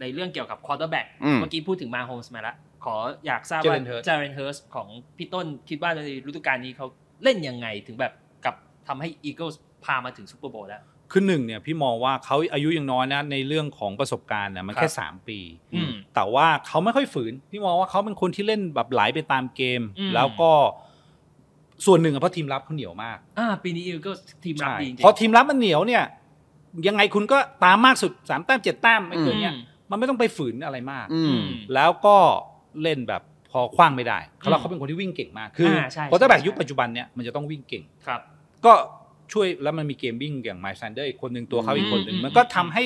D: ในเรื่องเกี่ยวกับควอเตอร์แบ็ก
C: อืม
D: เมื่อกี้พูดถึงมาโฮมส์มาละขออยากทราบว่า
E: Jalen Hurts
D: จาเรนเฮิร์สของพี่ต้นคิดว่าในฤดูกาลนี้เขาเล่นยังไงถึงแบบกับทำให้อีเกิลส์พามาถึงซูเปอร์โบว์แล้ว
E: คือหนึ่งเนี่ยพี่มองว่าเขาอายุยังน้อยนะในเรื่องของประสบการณ์นะมัน
D: ครับ
E: แค่ 3 ปี
D: อืม
E: แต่ว่าเขาไม่ค่อยฝืน พี่มองว่าเขาเป็นคนที่เล่นแบบไหลไปตามเกม
D: อืม
E: แล้วก็ส่วนหนึ่งอะเพราะทีมรับเขาเหนียวมาก
D: อ่าปีนี้อีเกิลส์ทีมรับ
E: ใช่
D: ดีจริง
E: เพราะทีมรับมันเหนียวเนี่ย ยังไงคุณก็ตามมากสุดสามแต้มเจ็ดแต้มไม่
D: อื
E: เกิน
D: ม
E: เนี่ยมันไม่ต้องไปฝืนอะไรมาก
C: อื
D: อื
C: ม
D: ม
E: แล้วก็เล่นแบบพอคว้างไม่ได้เขา
D: อืม
E: เขาเป็นคนที่วิ่งเก่งมากคืออา
D: ใช่
E: พอตั้งแต่
D: ใช่
E: ยุคปัจจุบันเนี่ยมันจะต้องวิ่งเก่ง
D: ครับ
E: ก็ช่วยแล้วมันมีเกมวิ่งอย่างไมซ์ซันเดอร์อีกคนหนึ่งตัวเขาอีกคนหนึ่ง
D: อืม
E: มันก็ทำให้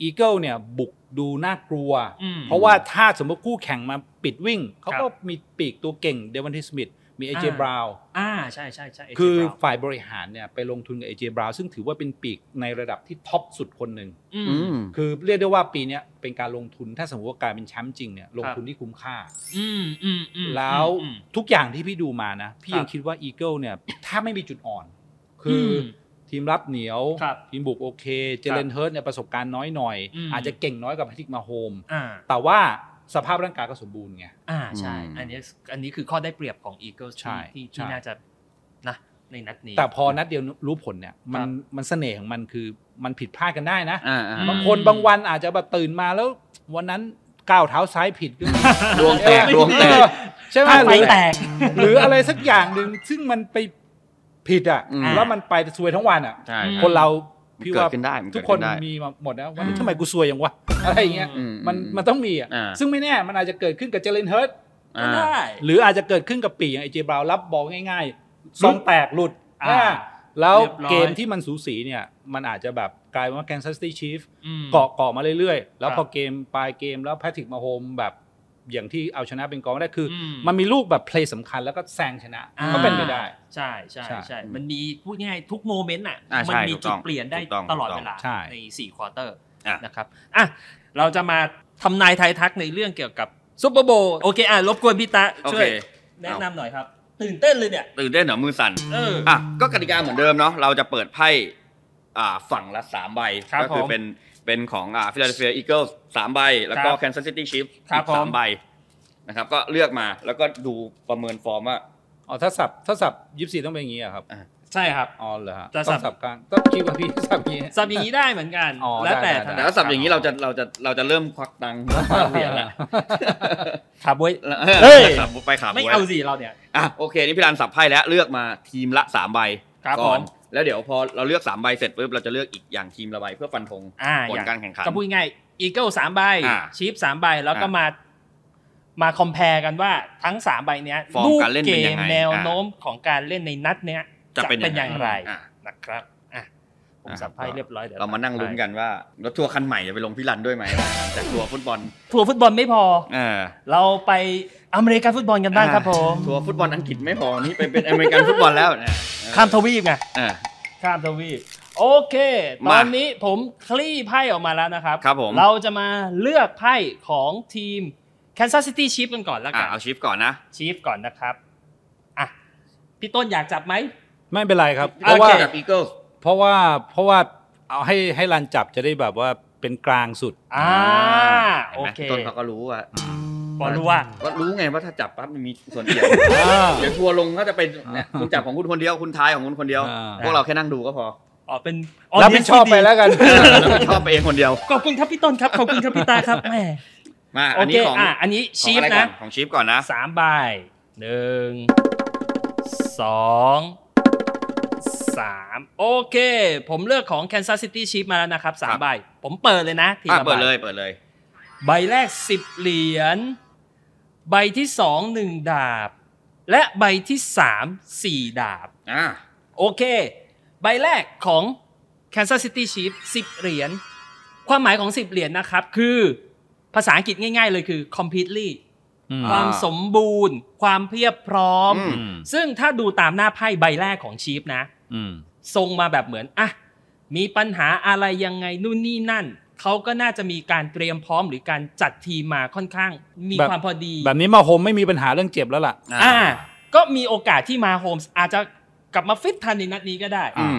E: อีเกิลเนี่ยบุกดูน่ากลัว
D: อืม
E: เพราะว่าถ้าสมมติคู่แข่งมาปิดวิ่ง เขาก็
D: ครับ
E: มีปีกตัวเก่งเดวันทีสมิธมีเอเจ
D: อ่า
E: บราว
D: อ่าใช่ใช่ใช่ AJ
E: คือ
D: Brown
E: ฝ่ายบริหารเนี่ยไปลงทุนกับเอเจบราวซึ่งถือว่าเป็นปีกในระดับที่ท็อปสุดคนหนึ่ง
D: อื
C: อื
D: ม
C: ม
E: คือเรียกได้ว่าปีเนี้ยเป็นการลงทุนถ้าสมมติว่ากลายเป็นแชมป์จริงเนี่ยลง
D: ครับ
E: ทุนที่คุ้มค่า
D: อืมอืมอืม
E: แล้ว
D: อืม
E: ทุกอย่างที่พี่ดูมานะ พี่
D: ครับ
E: ยังคิดว่าอีเกิลเนี่ย ถ้าไม่มีจุดอ่อน คืออ
D: ม
E: ทีมรับเหนียว
D: ครับ
E: ทีมบุกโอเค เจเลนเฮิร์ตเนี่ยประสบการณ์น้อยหน่อย
D: อืม
E: อาจจะเก่งน้อยกว่าแพทริกมาโฮม
D: อ่า
E: แต่ว่าสภาพร่างกายก็สมบูรณ์ไง
D: อ่าใช่
C: อืม
D: อันนี้อันนี้คือข้อได้เปรียบของ Eagles
E: ใช่
D: ที่ที่
E: ใช่
D: ที่น่าจะนะในนัดนี้
E: แต่พอนัดเดียวรู้ผลเนี่ย มั
D: คน รับ
E: มันเสน่ห์ของมันคือมันผิดพลาดกันได้นะ
C: อ่าอ่า
E: บางคนบางวันอาจจะแบบตื่นมาแล้ววันนั้นก้าวเท้าซ้ายผิดก็มี
C: ดวงแตกดวงแตก
E: ใช่ไหม
D: ถ้าไฟแตก
E: หรืออะไรสักอย่างหนึ่งซึ่งมันไปผิดอ่ะ
C: อืม
E: แล้วมันไปซวยทั้งวันอ่ะ
C: ใช่ใช่
E: คนเรา
C: มัน
E: พี่
C: เกิด
E: ว่า
C: ขึ้นได้มันเกิ
E: ทุ
C: ด
E: ก
C: ขึ้น
E: คน
C: ได้
E: มีมาหมดนะวัน
D: อื
E: นี้
D: ม
E: ทำไมกูซวยอย่างวะ อะไรอย่างเงี้ย
C: อืม
E: มัน
C: อืม
E: มันต้องมีอ่ะ
C: อ่า
E: ซึ่งไม่แน่มันอาจจะเกิดขึ้นกับเจเลนเฮิร์ต
D: ก็ได้
E: หรืออาจจะเกิดขึ้นกับปีอย่างไอเจบราวน์รับบอลง่ายๆซองแตกหลุด
D: อ่า
E: อ่าแล้ว
D: เรียบร้อย
E: เกมที่มันสูสีเนี่ยมันอาจจะแบบกลายเป็นว่าแกนซัสตี้ชีฟ
D: ม
E: เกาะเกาะมาเรื่อยๆ แล้
D: ค
E: ว
D: รับ
E: พอเกมปลายเกมแล้วแพทริกมาโฮมแบบอย่างที่เอาชนะเป็นกองได้คืออ
D: ม
E: มันมีลูกแบบเพลย์สำคัญแล้วก็แซงชนะ
D: อ่า
E: ก็เป็นไปได้
D: ใช่ใช่
E: ใช่
D: ใช่ มันมีพูดง่ายทุกโมเมนต์อ่ะ
C: อ่าใช่
D: มัมี
C: ถูก
D: จุ
C: ต้
D: ด
C: อง
D: เปลี่ยนได้
C: ถูกต้อง
D: ตลอด
C: ถูกต้อง
D: เวลา
E: ใช่
D: ใน4ควอเตอร์
C: อ่ะ
D: นะครับอ่ะเราจะมาทำนายไทายทักในเรื่องเกี่ยวกับซูเปอร์โบโอเคอ่ะรบกวนพี่ตะ
C: โอ
D: ช่ว
C: เค
D: ยแนะนำหน่อยครับ ตื่นเต้นเลยเนี่ย
C: ตื่นเต้นเหรอมือสั่น
D: เออ
C: อ่ะก็กติกาเหมือนเดิมเนาะเราจะเปิดไพ่อ่าฝั่งละสามใบ
D: ครับ
C: ก็คือ
D: ผม
C: เป็นเป็นของอ่าฟิลาเดลเฟียอีเกิลสามใบ แล้วก็
D: ครับ
C: แคนซัสซิตี้ชีฟ
D: ครับ
C: อีกสา
D: ผม ม
C: ใบนะครับก็เลือกมาแล้วก็ดูประเมินฟอร์มว่า
E: อ๋อถ้าสับถ้าสับยิบซีต้องเป็นอย่างนี้อะครับ
D: ใช่ครับ
E: อ๋อเหรอฮะ
D: จะ
E: ต้
D: สั
E: อบ งสับกลางต้องคิดว่าพี่ สับอย่างนี้
D: สับอย่างนี้ได้เหมือนกัน
E: อ๋อ
D: แล้วแต่ถ
E: ได้ได้
D: นัด
C: แต่ถ้าสับอย่างนี้เราจะเราจะเราจะเริ่มควักตังค์ควักเหรียญละ
D: ครับเว้ย
C: เอ
D: เฮ้
C: อย สับไปขาบ
D: ไม่
C: ไว้
D: เอาสิเราเนี่ย
C: อ่ะโอเคนี่พี่รันสับไพ่แล้วเลือกมาทีมละสามใบ
D: ครับ
C: ก่อน
D: ผม
C: แล้วเดี๋ยวพอเราเลือกสามใบเสร็จปุ๊บเราจะเลือกอีกอย่างทีมละใบเพื่อฟันธง
D: อ่า
C: ผ
D: อ
C: ล
D: ย่าง
C: การแข่งขัน
D: ก็พูดง่ายอีเกิลสามใบ
C: อ่า
D: ชีฟสามใบแล้วก็
C: อ่าม
D: มา มาคอมเพลกันว่าทั้งสามใบเนี้ย
C: ฟอร์มการเล่น
D: เก
C: เป็นยั
D: ม
C: งไง
D: แนว
C: อ่า
D: โน้มของการเล่นในนัดเนี้ย
C: จะเป็นยังไง
D: ไร
C: อ่ะ
D: นะครับอ่ะผม
C: อ่า
D: สับไพ่เรียบร้อยเดี๋ยว
C: เรามานั่งลุ้นกันว่ารถทัวร์คันใหม่จะไปลงพี่รันด้วยไหม จากทัวร์ฟุตบอล
D: ทัวร์ฟุตบอลไม่พอ
C: เออ
D: เราไปอเมริกันฟุตบอลกันบ้างครับผม
C: ทัวร์ฟุตบอลอังกฤษไม่พอนี่ไปเป็นอเมริกันฟุตบอลแล้วเนี่ยเออ
D: ข้ามทวีปไง
C: เออ
D: ข้ามทวีปโอเค ต
C: มา
D: อนนี้ผมคลี่ไพ่ออกมาแล้วนะครับ
C: ครับผม
D: เราจะมาเลือกไพ่ของทีม Kansas City Chiefs กันก่อนแล้ว
C: อ่ะ
D: กัน
C: เอาชิปก่อนนะ
D: ชีฟก่อนนะครับอ่ะพี่ต้นอยากจับไหม
E: ไม่เป็นไรครับ
D: โอ
E: เพราะ
D: เค
E: ว่า
C: จับอีเกิล
E: เพราะว่าเพราะว่าเอาให้ให้รันจับจะได้แบบว่าเป็นกลางสุด
D: อ่า
C: เห็น
D: โอ
C: ไหม
D: เค
C: ต้นเขาก็รู้ว่า
D: บอลรู้ว่า
C: ก็รู้ไงว่าถ้าจับปั๊บมันมีส่วนเกี่ยว
E: อ่า
C: เดี๋ยวทัวร์ลงก็จะเป็นเนี่ยคุณจับของคุณคนเดียวคุณทายของคุณคนเดียว
E: อ่า
C: พวกเราแค่นั่งดูก็พอ
D: อ๋อเป็น
E: รับผิด
D: audience
E: ชอบ
D: ที่
E: ไปแล้วกัน
C: แล้วก็ชอบไปเองคนเดียว
D: ขอบคุณครับพี่ต้นครับ ขอบคุณครับพี่ตา ครับแหม่
C: มา
D: โอ
C: อัน
D: เค
C: นี้ของ
D: อ่ะอันนี้
C: ขอ
D: ชี
C: ง
D: ฟ
C: อะไรก่อ
D: นะ
C: นของชิปก่อนนะ
D: สามใบหนึ่งสองสามโอเค ผมเลือกของ Kansas City Chiefs มาแล้วนะครับสาม
C: ครับ
D: ใบ ผมเปิดเลยนะที
C: อ่ะ
D: ละใบ
C: เปิดเลยเปิดเลย
D: ใบแรก 10 เหรียญ ใบที่สองหนึ่งดาบ และใบที่สามสี่ดาบ
C: อ่ะ
D: โอเค ใบแรกของ Kansas City Chiefs 10 เหรียญ ความหมายของ 10 เหรียญนะครับ คือภาษาอังกฤษง่ายๆเลยคือ completely
E: อืม
D: ความสมบูรณ์ ความเพียบพร้อม
C: อืม
E: อืม
D: ซึ่งถ้าดูตามหน้าไพ่ใบแรกของชีฟนะ
E: อืม
D: ทรงมาแบบเหมือนอ่ะมีปัญหาอะไรยังไงนู่นนี่นั่น เขาก็น่าจะมีการเตรียมพร้อมหรือการจัดทีมมาค่อนข้าง มี
E: แบบ
D: ความพอดี
E: แบบนี้มาโฮมไม่มีปัญหาเรื่องเจ็บแล้วล่ะ
D: อ่า ก็มีโอกาสที่มาโฮมส์อาจจะกลับมาฟิตทันในนัดนี้ก็ได้
C: อืม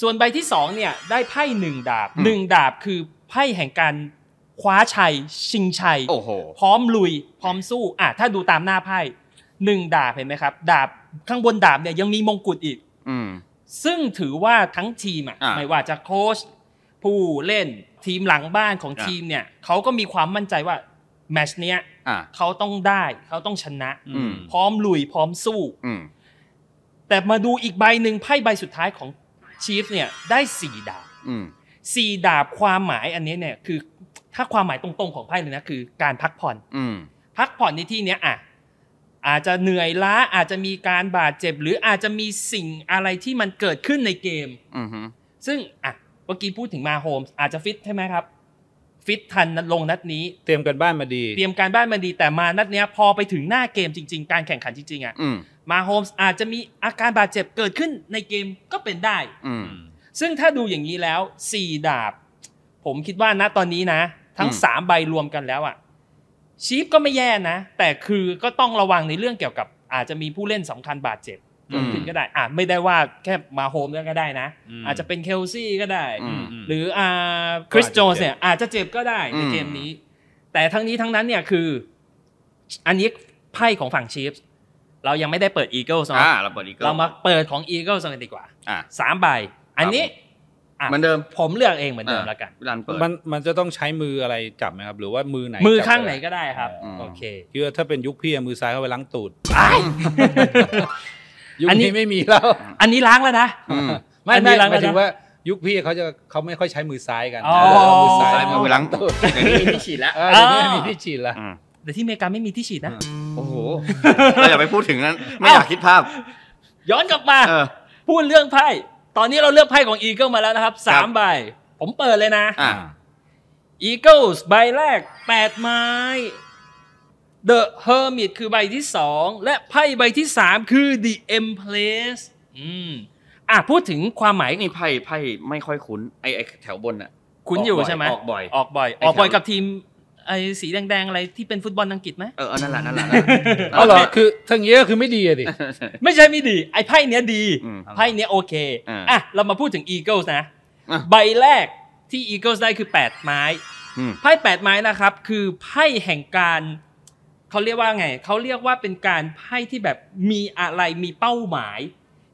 D: ส่วนใบที่สองเนี่ยได้ไพ่หนึ่งดาบ
C: อืม
D: หนึ่งดาบคือไพ่แห่งการคว้าชัย ชิงชัย
C: โอ้โห
D: พร้อมลุย พร้อมสู้อ่ะถ้าดูตามหน้าไพ่หนึ่งดาบเห็นไหมครับ ดาบข้างบนดาบเนี่ยยังมีมงกุฎอีก
C: อืม
D: ซึ่งถือว่าทั้งทีมอ่ะ
C: อ่ะ
D: ไม่ว่าจะโค้ชผู้เล่นทีมหลังบ้านของ
C: อ่ะ
D: ทีมเนี่ยเขาก็มีความมั่นใจว่าแมตชเนี้ย
C: อ่า
D: เขาต้องได้เขาต้องชนะ
C: อืม
D: พร้อมลุยพร้อมสู้
C: อืม
D: แต่มาดูอีกใบหนึ่งไพ่ใบสุดท้ายของชีฟเนี่ยได้สี่ดาบ
C: อืม
D: สี่ดาบความหมายอันนี้เนี่ยคือถ้าความหมายตรงๆของไพ่เลยนะคือการพักผ่อน
C: อืม
D: พักผ่อนในที่เนี้ยอ่ะอาจจะเหนื่อยล้าอาจจะมีการบาดเจ็บ หรืออาจจะมีสิ่งอะไรที่มันเกิดขึ้นในเกม
C: อืมฮึ
D: ซึ่งอ่ะเมื่อกี้พูดถึงมาโฮมส์อาจจะฟิตใช่ไหมครับ ฟิตทันลงนัดนี้
E: เตรียมกันบ้านมาดี
D: เตรียมการบ้านมาดีแต่มานัดเนี้ยพอไปถึงหน้าเกมจริง ๆ การแข่งขันจริงๆอ่ะ
C: อืม
D: มาโฮมส์อาจจะมีอาการบาดเจ็บเกิดขึ้นในเกมก็เป็นได้
C: อืม
D: ซึ่งถ้าดูอย่างนี้แล้ว 4 ดาบ ผมคิดว่านะตอนนี้นะ ทั้ง
C: อืม
D: 3 ใบรวมกันแล้วอะชีฟก็ไม่แย่นะ แต่คือก็ต้องระวังในเรื่องเกี่ยวกับ อาจจะมีผู้เล่นสำคัญบาดเจ็บเกิดขึ้นก็ได้อาจไม่ได้ว่าแค่มาโฮมแล้วก็ได้นะ
E: อืม
D: อาจจะเป็นเคลซี่ก็ได้
C: อืม
D: หรืออ่าคริส
E: ก็อาจจะ
D: โจนส์
E: เจ็บ
D: เนี่ยอาจจะเจ็บก็ได้ใน
C: อืม
D: เกมนี้ แต่ทั้งนี้ทั้งนั้นเนี่ยคือ อันนี้ไพ่ของฝั่งชีฟส์เรายังไม่ได้เปิดอีเกิลส์
C: อ่า
D: เนาะ
C: เราเปิดอีก
D: เรามาเปิดของอีเกิลส์กันดีกว่า
C: อ่า
D: สามใบ อันนี้อ่ะ
C: เหมือนเดิม
D: ผมเลือกเองเหมือนเดิม
C: อ่ะ
D: แล้วกัน
C: วิลันเปิด
E: มันมันจะต้องใช้มืออะไรจับไหมครับ หรือว่ามือไหน
D: มือข้าง
E: จับ
D: ไหน
E: ด้
D: ก็ได้ครับ
C: อืม
D: โอเค
E: คิดว่าถ้าเป็นยุคพี่อะมือซ้ายเข้าไปล้างตูด ยุค
D: อันนี้
E: นี้ไม่มีแล้ว
D: อันนี้ล้างแล้วนะ
C: อืม
E: ไม่
D: อันนี้
E: ไม่
D: ล้าง
E: หมา
D: แล้
E: ย
D: ว
E: ถึง
D: นะ
E: ว่ายุคพี่เขาจะเขาไม่ค่อยใช้มือซ้ายกัน
D: อ๋อ
E: เออมือซ้าย
C: ซ้ายมือไปล้างตูดเดี๋ยวนี้มีที่ฉีดแล้ว
E: เออเดี๋ยวนี้ไม่มีที่ฉีดละ
C: อืม
D: แต่ที่อเมริกาไม่มีที่ฉีดนะ
C: โอ้โหเราอย่าไปพูดถึงนั้น ไม่อยากคิดภาพ
D: ย้อนกลับมา
C: เออ
D: พูดเรื่องไพ่ ตอนนี้เราเลือกไพ่ของอีเกิลมาแล้วนะครับสามใบ ผมเปิดเลยนะ
C: อ่ะ
D: อีเกิลส์ใบแรกแปดไม้ The Hermit คือใบที่สองและไพ่ใบที่สามคือ The Empress อืมอ่ะพูดถึงความหมาย
C: นี่ไพ่ไพ่ไม่ค่อยคุ้นไอไอแถวบนอ่ะ
D: คุ้นอยู่ใช่ไหม
C: ออกบ่อย
D: ออกบ่อย
C: ไอ้
D: ออกบ่อย
C: แถว
D: กับทีมไอ้สีแดงๆอะไรที่เป็นฟุตบอลอังกฤษไหม
C: เออเออนั่นแหละนั่นแหละ
E: เอาเหรอคือทั้งนี้ก็คือไม่ดีอะดิ
D: ไม่ใช่ไม่ดี ไอ้ไพ่เนี้ยดี
C: อืม
D: ไพ่เนี้ยโอเค
C: อ่า
D: อ่ะเรามาพูดถึง Eagles นะ
C: อ่ะ
D: ใบแรกที่ Eagles ได้คือ 8 ไม้
C: อืม
D: ไพ่8 ไม้นะครับ คือไพ่แห่งการเขาเรียกว่าไง เขาเรียกว่าเป็นการไพ่ที่แบบมีอะไรมีเป้าหมาย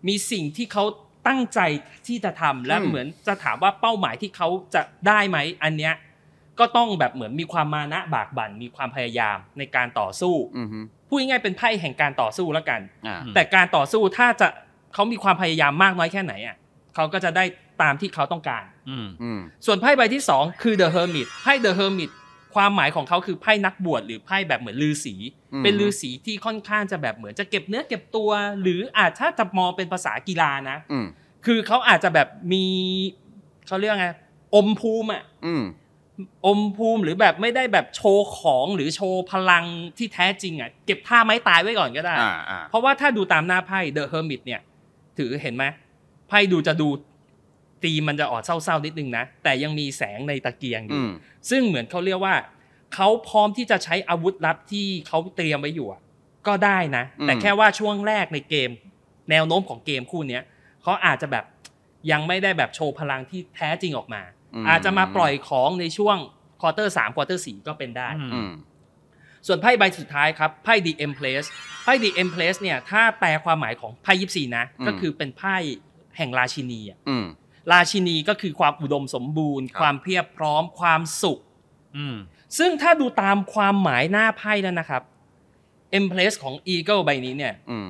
D: มีสิ่งที่เขาตั้งใจที่จะทำและ
C: อืม
D: เหมือนจะถามว่าเป้าหมายที่เขาจะได้ไหมอันเนี้ยก็ต้องแบบเหมือนมีความมานะบากบั่นมีความพยายามในการต่อสู้
C: อืมฮึ
D: พูดง่ายๆเป็นไพ่แห่งการต่อสู้แล้วกัน
C: อ่า
E: ม
D: แต่การต่อสู้ถ้าจะเขามีความพยายามมากน้อยแค่ไหนอ่ะเขาก็จะได้ตามที่เขาต้องการ
E: อืม
C: อืม
D: ส่วนไพ่ใบที่ 2 คือ The Hermit ไพ่ The Hermit ความหมายของเขาคือไพ่นักบวชหรือไพ่แบบเหมือนลือสี
C: อืม
D: เป็นลือสีที่ค่อนข้างจะแบบเหมือนจะเก็บเนื้อเก็บตัว หรืออาจถ้าจะมองเป็นภาษากีฬานะ
C: อืม
D: คือเขาอาจจะแบบมีเขาเรียกไงอมภูมิอะ
C: อืม
D: อมภูมิหรือแบบไม่ได้แบบโชว์ของหรือโชว์พลังที่แท้จริงอะเก็บท่าไม้ตายไว้ก่อนก็ได้
C: อ่าอ่า
D: เพราะว่าถ้าดูตามหน้าไพ่ The Hermit เนี่ย ถือเห็นไหมไพ่ดูจะดูตีมมันจะออดเศร้าๆนิดนึงนะ แต่ยังมีแสงในตะเกียงอ
C: อื
D: ยู่
C: ม
D: ซึ่งเหมือนเขาเรียกว่า เขาพร้อมที่จะใช้อาวุธลับที่เขาเตรียมไว้อยู่อะก็ได้นะ
C: อืม
D: แต่แค่ว่าช่วงแรกในเกม แนวโน้มของเกมคู่เนี้ยเขาอาจจะแบบยังไม่ได้แบบโชว์พลังที่แท้จริงออกมา อาจจะมาปล่อยของในช่วงควอเตอร์สามควอเตอร์สี่ก็เป็นได้
C: อืม
D: ส่วนไพ่ใบสุดท้ายครับ ไพ่ The Empress ไพ่ The Empress เนี่ยถ้าแปลความหมายของไพ่ยิปซีนะ
C: อืม
D: ก็คือเป็นไพ่แห่งราชินีอะ
C: อืม
D: ราชินีก็คือความอุดมสมบูรณ์
C: ครับ
D: ความเพียบพร้อม ความสุข
E: อืม
D: ซึ่งถ้าดูตามความหมายหน้าไพ่แล้วนะครับ Empress ของ Eagle ใบนี้เนี่ย
C: อืม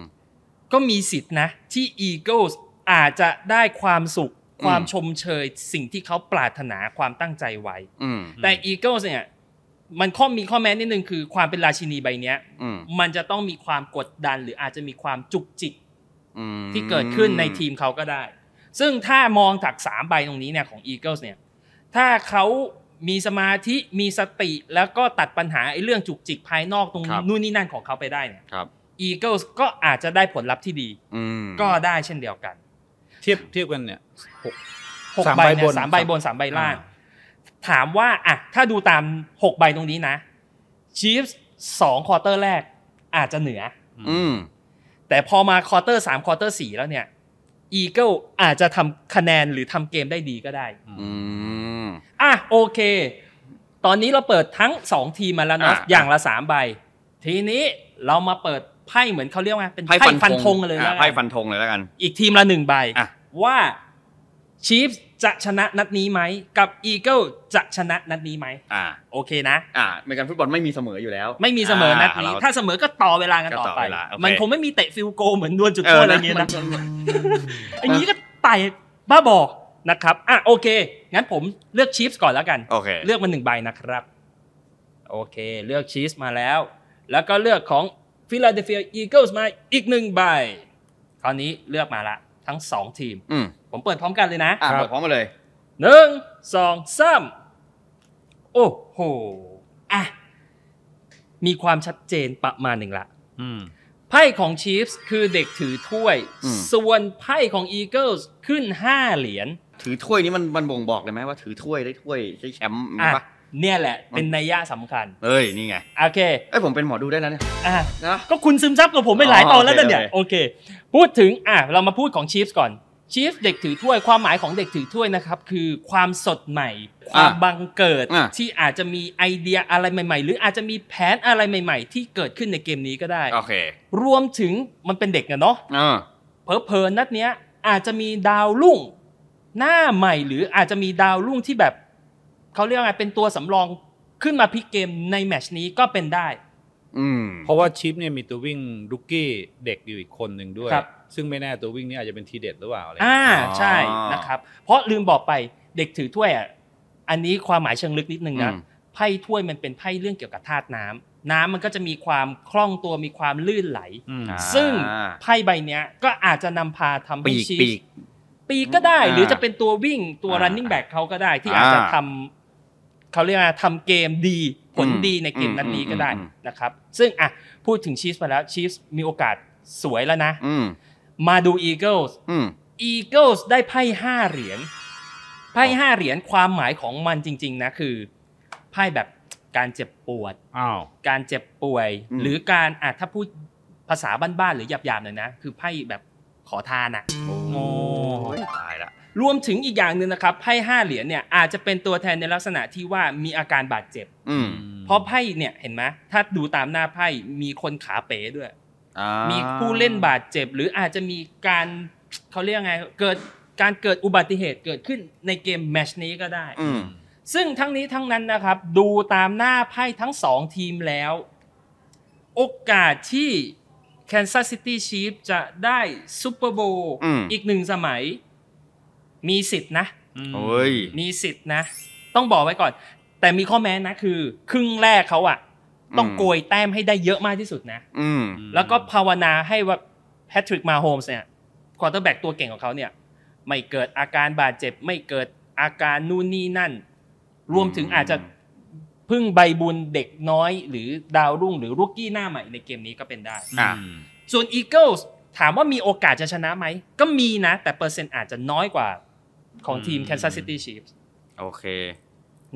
D: ก็มีสิทธินะที่ Eagles อาจจะได้ความสุข ความชมเชย สิ่งที่เขาปรารถนาความตั้งใจไว้
C: อืม
D: แต่ Eagles เนี่ยมันข้อมีข้อแม้นิดนึงคือความเป็นราชินีใบเนี้ย
C: อืม
D: มันจะต้องมีความกดดันหรืออาจจะมีความจุกจิก
C: อืม
D: ที่เกิดขึ้นในทีมเขาก็ได้ ซึ่งถ้ามองจากสามใบตรงนี้เนี่ยของ Eagles เนี่ยถ้าเขามีสมาธิมีสติแล้วก็ตัดปัญหาไอ้เรื่องจุกจิกภายนอกตรง
C: ครับ
D: นู่นนี่นั่นของเขาไปได้เนี่ย
C: ครับ
D: Eagles ก็อาจจะได้ผลลัพธ์ที่ดี
C: อืม
D: ก็ได้เช่นเดียวกัน
E: เทียบเทียบกันเนี่ย
D: หก
E: สาม
D: ใบ
E: ใบ
D: เนี่
E: บ
D: ย
E: น
D: สามใบ
E: ครับ
D: บนสามใบล่าง
E: อ่
D: ถามว่าอ่ะถ้าดูตามหกใบตรงนี้นะ Chiefs สองควอเตอร์แรกอาจจะเหนือ
C: อืม
D: แต่พอมาควอเตอร์สามควอเตอร์สี่แล้วเนี่ยอีเกิลอาจจะทำคะแนนหรือทำเกมได้ดีก็ได้
C: อืม
D: อ่ะโอเค ตอนนี้เราเปิดทั้ง 2 ทีมมาแล้วเนาะ
C: อ่ะ
D: อย่างละ 3 ใบ ทีนี้เรามาเปิดไพ่เหมือนเขาเรียกว่าเป็นไพ่ฟันธงกันเลย
C: อ่ะ
D: แล้วกั
C: ไพ่ฟันธงเลยแล้วกัน
D: อีกทีมละหนึ่งใบ
C: อ่ะ
D: ว่าชีฟจะชนะนัดนี้ไหม กับอีเกิลจะชนะนัดนี้ไหม
C: อ่า
D: โอเคนะ
C: อ่าอเมริกันฟุตบอลไม่มีเสมออยู่แล้ว
D: ไม่มีเสมอนัดนี้
C: อ่าเรา
D: ถ้าเสมอก็ต่อเวลากันต่อ
C: ก็ต่อ
D: ไป
C: เวลาโอเค
D: มันคงไม่มีเตะฟิลโกลเหมือนดวลจุดโทษอะไรอย่างเงี้ยนะ อย่างนี้ก็ไต่บ้าบอนะครับ อ่ะโอเค งั้นผมเลือกชีฟส์ก่อนแล้วกัน
C: โอเค
D: เลือกมาหนึ่งใบนะครับ โอเค เลือกชีฟส์มาแล้ว แล้วก็เลือกของฟิลาเดลเฟียอีเกิลส์มาอีกหนึ่งใบ คราวนี้เลือกมาละ ทั้งสองทีม
C: อืม
D: ผมเปิดพร้อมกันเลยนะ
C: อ่า
E: ครับ
C: เปิดพร้อมมาเลย
D: หนึ่งสองสามโอ้โห อ่ะ มีความชัดเจนประมาณหนึ่งละ
E: อืม
D: ไพ่ของ Chiefs คือเด็กถือถ้วย
C: อืม
D: ส่วนไพ่ของ Eagles ขึ้น 5 เหรียญ
C: ถือถ้วยนี้มันมันบ่งบอกเลยไหมว่าถือถ้วยได้ถ้วยได้แชมป์อย่างงี้
D: อ่ะ
C: ปะ
D: เนี่ยแหละ เป็นนัยยะสำคัญ
C: เอ้ย นี่ไง
D: โอเค
C: เอ้ย ผมเป็นหมอดูได้แล้วเนี่ย
D: อ่ะ
C: นะ
D: ก็คุณซึมซับกับผมไปหลาย
C: อ๋อ
D: ตอนแล้วนะเนี่ย
C: โอ
D: โอ
C: เค
D: เค พูดถึง อ่ะ เรามาพูดของชีฟส์ก่อนชีฟส์เด็กถือถ้วยความหมายของเด็กถือถ้วยนะครับ คือความสดใหม่ ความบังเกิด
C: อ่ะ
D: ที่อาจจะมีไอเดียอะไรใหม่ ๆ หรืออาจจะมีแผนอะไรใหม่ ๆ ที่เกิดขึ้นในเกมนี้ก็ได้
C: โอเค
D: รวมถึงมันเป็นเด็กนะเนาะ
C: อ่า
D: เผลอๆนัดเนี้ยอาจจะมีดาวรุ่งหน้าใหม่หรืออาจจะมีดาวรุ่งที่แบบเขาเรียกว่าไงเป็นตัวสำรองขึ้นมาพลิกเกมในแมตชนี้ก็เป็นได้
C: อืม
E: เพราะว่าชิปเนี่ยมีตัววิ่งลูกกี้เด็กอยู่อีกคนหนึ่งด้วย
D: ครับ
E: ซึ่งไม่แน่ตัววิ่งนี่อาจจะเป็นทีเด็ดหรือเปล่าอะไร
D: อ่า
C: อ๋อ
D: ใช่นะครับ เพราะลืมบอกไปเด็กถือถ้วยอ่ะอันนี้ความหมายเชิงลึกนิดนึงนะ
C: อืม
D: ไพ่ถ้วยมันเป็นไพ่เรื่องเกี่ยวกับธาตุน้ำน้ำมันก็จะมีความคล่องตัวมีความลื่นไหล
E: อืม
C: อ่า
D: ซึ่งไพ่ใบเนี้ยก็อาจจะนำพาทำให้
C: ปีก
D: ชี
C: ปี
D: ส
C: ก
D: ปีกก็ได้
C: อ่า
D: หรือจะเป็นตัววิ่งตัว
C: อ่า
D: running back เขาก็ได้ที่อาจจะ
C: อ่า
D: ทำเขาเรียกว่าทำเกมดีผล
C: อืม
D: ดีในเกม
C: อืม
D: นั้นนี้
C: อืม
D: ก็ได้
C: อืม
D: นะครับ ซึ่งอ่ะพูดถึงชีฟส์มาแล้วชีฟส์มีโอกาสสวยแล้วนะ
C: อืม
D: มาดู Eagles
C: อืม
D: Eagles ได้ไพ่ห้าเหรียญไพ่ห้าเหรียญความหมายของมันจริง ๆ นะคือไพ่แบบการเจ็บปวด
E: อ้าว
D: การเจ็บป่วย
C: อืม
D: หรือการอ่ะถ้าพูดภาษาบ้านๆหรือหยาบๆหน่อยนะ คือไพ่แบบขอทานอ่ะ
E: โอ้
C: ยตายละ
D: รวมถึงอีกอย่างหนึ่งนะครับไพ่ห้าเหรียญเนี่ยอาจจะเป็นตัวแทนในลักษณะที่ว่ามีอาการบาดเจ็บ
C: อืม
D: เพราะไพ่เนี่ยเห็นไหมถ้าดูตามหน้าไพ่มีคนขาเป๋ด้วย
C: อ่า
D: มีผู้เล่นบาดเจ็บ หรืออาจจะมีการเขาเรียกไงเกิดการเกิดอุบัติเหตุเกิดขึ้นในเกมแมตชนี้ก็ได้
C: อืม
D: ซึ่งทั้งนี้ทั้งนั้นนะครับดูตามหน้าไพ่ทั้งสองทีมแล้ว โอกาสที่ Kansas City Chiefs จะได้ซูเปอร์โบว์
C: อืม
D: อีกหนึ่งสมัยมีสิทธิ์นะ
C: โอ้ย
D: มีสิทธิ์นะ ต้องบอกไว้ก่อน แต่มีข้อแม้นะคือ ครึ่งแรกเขาอะต้อง
C: อืม
D: โกยแต้มให้ได้เยอะมากที่สุดนะ
C: อืม
D: แล้วก็ภาวนาให้ว่าแพทริกมาโฮมส์เนี่ยควอเตอร์แบ็กตัวเก่งของเขาเนี่ย ไม่เกิดอาการบาดเจ็บ ไม่เกิดอาการนู่นนี่นั่น รวมถึงอาจจะพึ่งใบบุญเด็กน้อยหรือดาวรุ่งหรือรุกกี้หน้าใหม่ในเกมนี้ก็เป็นได้
C: อ่ะ
D: ส่วน Eagles ถามว่ามีโอกาสจะชนะไหม ก็มีนะ แต่เปอร์เซ็นต์อาจจะน้อยกว่าของทีม
E: อืม
D: Kansas City Chiefs
C: โอเค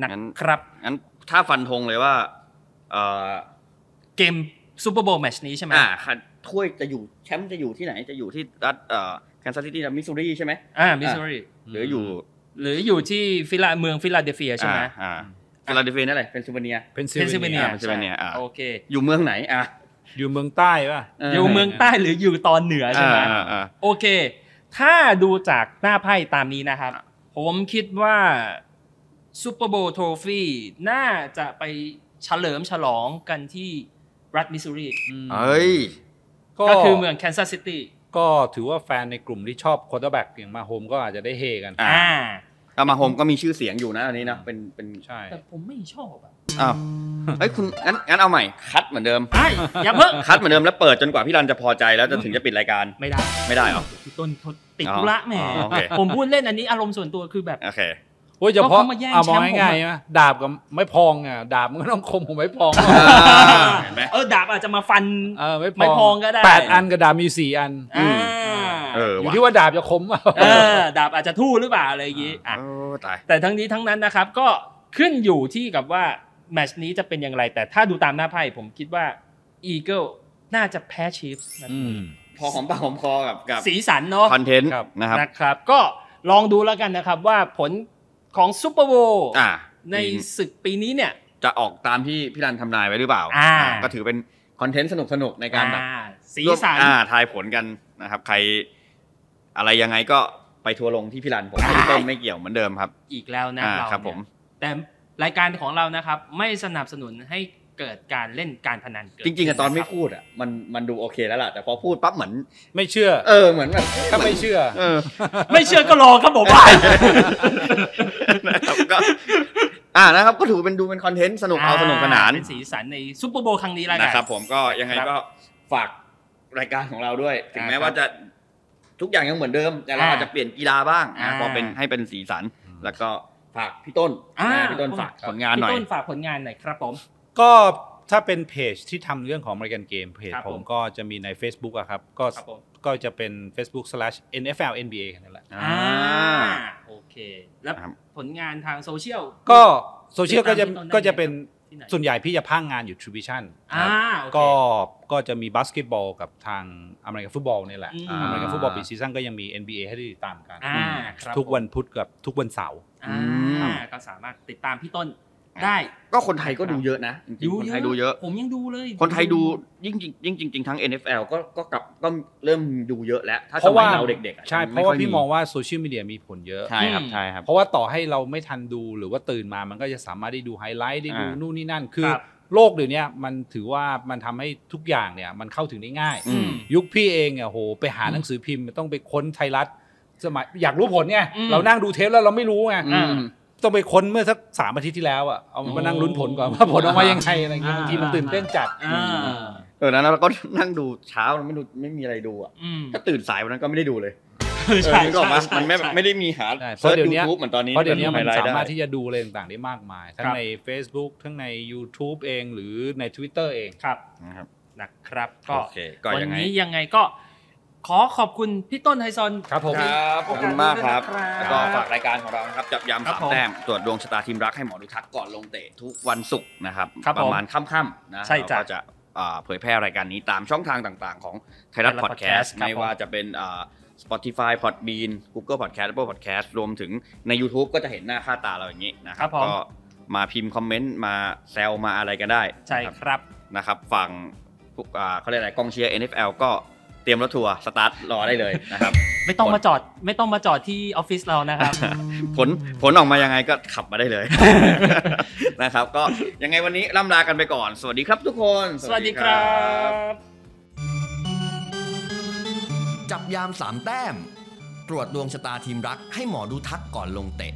D: นะ
C: งั้น
D: ครับ
C: งั้นถ้าฟันธงเลยว่า เอ่อ
D: เกมซูเปอร์โบว์แมตชนี้ใช่ไหม
C: อ่าค่ะถ้วยจะอยู่แชมป์จะอยู่ที่ไหน จะอยู่ที่รัฐเอ่อ Kansas City ตี้มิสซูรีใช่ไหม
D: อ่ามิสซูรี
C: หรืออยู่
D: หรืออยู่ที่ฟิลาเมืองฟิลาเดลเฟียใช่ไหม
C: อ่าฟิลาเดลเฟียนั่นแหละเป็นซูเปอร์เนีย
E: เป็นซิ
D: เพนซิลเวเนีย
C: เพนซิลเวเนียอ่า
D: โอเค
C: อยู่เมืองไหนอ่ะ
E: อยู่เมืองใต้ป่ะ
D: อยู่เมืองใต้หรืออยู่ตอนเหนือใช่ไหม
C: อ่าอ่า
D: โอเค ถ้าดูจากหน้าไพ่ตามนี้นะครับ ผมคิดว่าซูเปอร์โบว์ทฟี่น่าจะไปเฉลิมฉลองกันที่รัฐมิสซูรี
C: เอ้ย
D: ก็คือเมืองแคนซัสซิตี้
E: ก็ถือว่าแฟนในกลุ่มที่ชอบควอเตอร์แบ็กอย่างมาโฮมก็อาจจะได้เฮกัน
C: อ่ะ
D: อ่า
C: อามาโฮมก็มีชื่อเสียงอยู่นะอันนี้นะเป็นเป็น
E: ใช่
D: แต่ผมไม่ชอบอ่ะ
C: อ้าวเฮ้ยคุณงั้นงั้นเอาใหม่คัดเหมือนเดิม
D: ไอ้อย่าเพิ่ง
C: คัดเหมือนเดิมแล้วเปิดจนกว่าพี่รันจะพอใจแล้วจะถึงจะปิดรายการ
D: ไม่ได้
C: ไม่ได้เหรอ
D: พี่ต้นเขาติด
C: อ๋อ
D: ธุระแหม
C: อ๋อโอเค
D: ผมพูดเล่นอันนี้อารมณ์ส่วนตัวคือแบบ
C: โอเค
E: โอ้ยเฉพาะ
D: ก็เขามาแย่ง
E: เอามอง
D: แชมป์ผมอะ
E: ง่ายๆนะดาบกับไม้พองอ่ะดาบมันก็ต้องคมของไม้พอง
C: อ่าเห็นไหม
D: เออดาบอาจจะมาฟัน
E: เออไม้พอง
D: ไม้พองก็ได้
E: แปดอันกับดาบมีสี่อัน
D: อ่า
C: เออ
E: อยู่
C: ว่ะ
E: ที่ว่าดาบจะคมเปล่า
D: เออดาบอาจจะทู่หรือเปล่าอะไรอย่างงี้อ่ะ
C: โอ้ตาย
D: แต่ทั้งนี้ทั้งนั้นนะครับ ก็ขึ้นอยู่ที่กับว่าแมตชนี้จะเป็นอย่างไร แต่ถ้าดูตามหน้าไพ่ผมคิดว่าอีเกิลน่าจะแพ้ชีฟส์นะ
C: พอหอมปากหอมคอกับกับ
D: สีสันเนาะ
C: คอนเทนต์
E: ครับ
C: นะครับ
D: นะครับก็ลองดูแล้วกันนะครับว่าผลของซูเปอร์โบว์
C: อ่า
D: ในศึกปีนี้เนี่ย
C: จะออกตามที่พี่รันทำนายไว้หรือเปล่า
D: อ่า
C: อ่าก็ถือเป็นคอนเทนต์สนุกสนุกๆในการแบบ
D: อ่าสี
C: ร่วม
D: สัน
C: อ่าทายผลกันนะครับ ใครอะไรยังไงก็ไปทัวร์ลงที่พี่รันผมกับพี่ต้นไม่เกี่ยวเหมือนเดิมครับ
D: อีกแล้วนะ
C: อ่า
D: เรา
C: ครับผม
D: เนี่ยแต่รายการของเรานะครับ ไม่สนับสนุนให้เกิดการเล่นการพนันเกิด
C: จริงๆอะตอนไม่
D: ขึ้ะคบ
C: พูดอะมันมันดูโอเคแล้วล่ะแต่พอพูดปั๊บเหมือน
E: ไม่เชื่อ
C: เออเหมือนแบบ
E: ถ้าไม่เชื่อ
C: เอ อ
D: ไม่เชื่อก็รอครับผมว่า
C: นะครับก็อ่านะครับก็ถือเป็นดูเป็นคอนเทนต์สนุกเอาสนุกสนาน
D: เป็นสีสันในซูเปอร์โบว์ครั้งนี้แล้วกั
C: นะ
D: น
C: ครับผมก็ยังไงก็ฝากรายการของเราด้วย ถึงแม้
D: ครับ
C: ว่าจะทุกอย่างยังเหมือนเดิม แต่เรา
D: อ่า
C: อาจจะเปลี่ยนกีฬาบ้าง
D: อ่า
C: นะพอเป็นให้เป็นสีสัน แล้วก็ฝากพี่ต้น
D: อ่า
C: นะพี่ต้นฝากผลงานหน่อ
D: พี่
C: ย
D: ต้นฝากผลงานหน่อยครับผม
E: ก็ถ้าเป็นเพจที่ทำเรื่องของ American Game เพจ
D: ครับ
E: ผ
D: ผม ม
E: ก็จะมีใน Facebook อะครับ ก็
D: ครับผม
E: ก็จะเป็น facebook slash nfl nba แค่นั่นแหละ
C: อ่า
D: โอเค แล้ว
C: ครับ
D: ผลงานทางโซเชียล
E: ก็โซเชียลก็จะ
D: ติดตามที่ตอนไหน
E: ก็จะเป็น
D: ที่ไหน
E: ส่วนใหญ่พี่จะพางงานอยู่ Trivision
D: อ่าโอเค
E: ก็ก็จะมีบาสเกตบอลกับทางอเมริกันฟุตบอลนี่แหละ
D: อืม
E: อเมริกันฟุตบอลปีซีซั่นก็ยังมี NBA ให้ได้ติดตามกัน
D: อ่าครับ
E: ทุก
D: ผม
E: วันพุธกับทุกวันเสาร์
D: อ่า
C: อืม
D: ก็สามารถติดตามพี่ต้นได้
C: ก็คนไทยก็ดูเยอะนะจริงๆคนไทยดูเยอะ
D: ผมยังดูเลย
C: คนไทยดูยิ่งจริงยิ่งจริงๆทั้ง NFL ก็ก็กลับก็เริ่มดูเยอะแล้ว ถ้า
E: เพ
C: ส
E: ราะ
C: มั
E: ว่า
C: ยเราเด็กๆอะ
E: ใช่เพ
C: ไค่
E: ราะ
C: ย
E: ว่าพี่มองว่าโซเชียลมีเดียมีผลเยอะ
C: ใช่ครับใช่ครับ
E: เพราะว่าต่อให้เราไม่ทันดูหรือว่าตื่นมามันก็จะสามารถได้ดูไฮไลท์ได้ดู
C: อ่านู่
E: นู่นนี่นั่น คือ
D: ครับ
E: โลกเดี๋ยวนี้มันถือว่ามันทำให้ทุกอย่างเนี่ยมันเข้าถึงได้ง่าย
C: อืม
E: ยุคพี่เองอ่ะโหไปหาหนังสือพิมพ์ต้องไปค้นไทยรัฐสมัยอยากรู้ผลไง
D: อืม
E: เรานั่งดูเทปแล้วเราไม่รู้ไง
C: อืม
E: ต้องไปค้นเมื่อสักสามอาทิตย์ที่แล้วอ่ะเอามานั่งลุ้นผลก่อนว่าผลออกมายังไงอะไรเงี้ยบางทีมันตื่นเต้นจัด
D: อ่า
C: เออนั้นเราก็นั่งดูเช้าเราไม่ดูไม่มีอะไรดูอ่ะ
D: อืม
C: ถ้าตื่นสายวันนั้นก็ไม่ได้ดูเลยเออ
D: ใช่
C: นึกออกมา
D: ใช่
C: มันไม่
D: ใช่
C: ไม่ได้มีหา
E: ใช่เพ
C: เซิ
E: ราะ
C: ร์ช
E: เดี๋ยว
C: ยู
E: เนี้ย
C: ทูบเหมือนตอนนี้
E: เพราะเดี๋ยวนี้
C: มั
E: มัน
C: ไฮไลท์
E: สา
C: ได้
E: มารถที่จะดูอะไรต่างๆได้มากมาย ทั้ง
D: ครับ
E: ใน Facebook ทั้งใน YouTube เองหรือใน Twitter เอง
D: ครับ
C: นะครับ
D: นะครับ ก็
C: โอเคก็
D: วั
C: ยังไง
D: นี้ยังไงก็ ขอขอบคุณพี่ต้นไฮซอน
E: ครับผม
C: ครับขอบคุณมากครับ
D: ครับ
C: แล้วก็ฝากรายการของเรานะครับ จับยาม
D: ครับ
C: สาม
D: ผม
C: แต้มตรวจดวงชะตาทีมรักให้หมอดูทักก่อนลงเตะทุกวันศุกร์นะครับ
D: ครับผม
C: ประมาณค่ำๆนะ
D: ใช่จ้ะ
C: เราก็จะอ่าเผยแพร่รายการนี้ตามช่องทางต่างๆ ของไทยรัฐ
D: ไทยรัฐ
C: พอดแคส
D: Podcast
C: ต์
D: ครับ
C: ไม่ว่าจะเป็นอ่า Spotify Podbean Google Podcast Apple Podcast รวมถึงใน YouTube ก็จะเห็นหน้าค่าตาเราอย่างนี้นะครั
D: ครับ บผม
C: ก็มาพิมพ์คอมเมนต์มาแซวมาอะไรกันได้
D: ใช่
C: นะครับ
D: ครับ
C: นะครับฝั่งพวกอ่าเขาเรียกอะไรกองเชียร์ NFL ก็เตรียมรถทัวร์สตาร์ทรอได้เลยนะครับ
D: ไม่ต้องมาจอด ไม่ต้องมาจอดที่ออฟฟิศเรานะครับ
C: ผลผลออกมายังไงก็ขับมาได้เลย นะครับ ก็ยังไงวันนี้ล่ำลากันไปก่อน สวัสดีครับทุกคน
D: สวัสดีครับ
B: จับยามสามแต้ม ตรวจดวงชะตาทีมรักให้หมอดูทักก่อนลงเตะ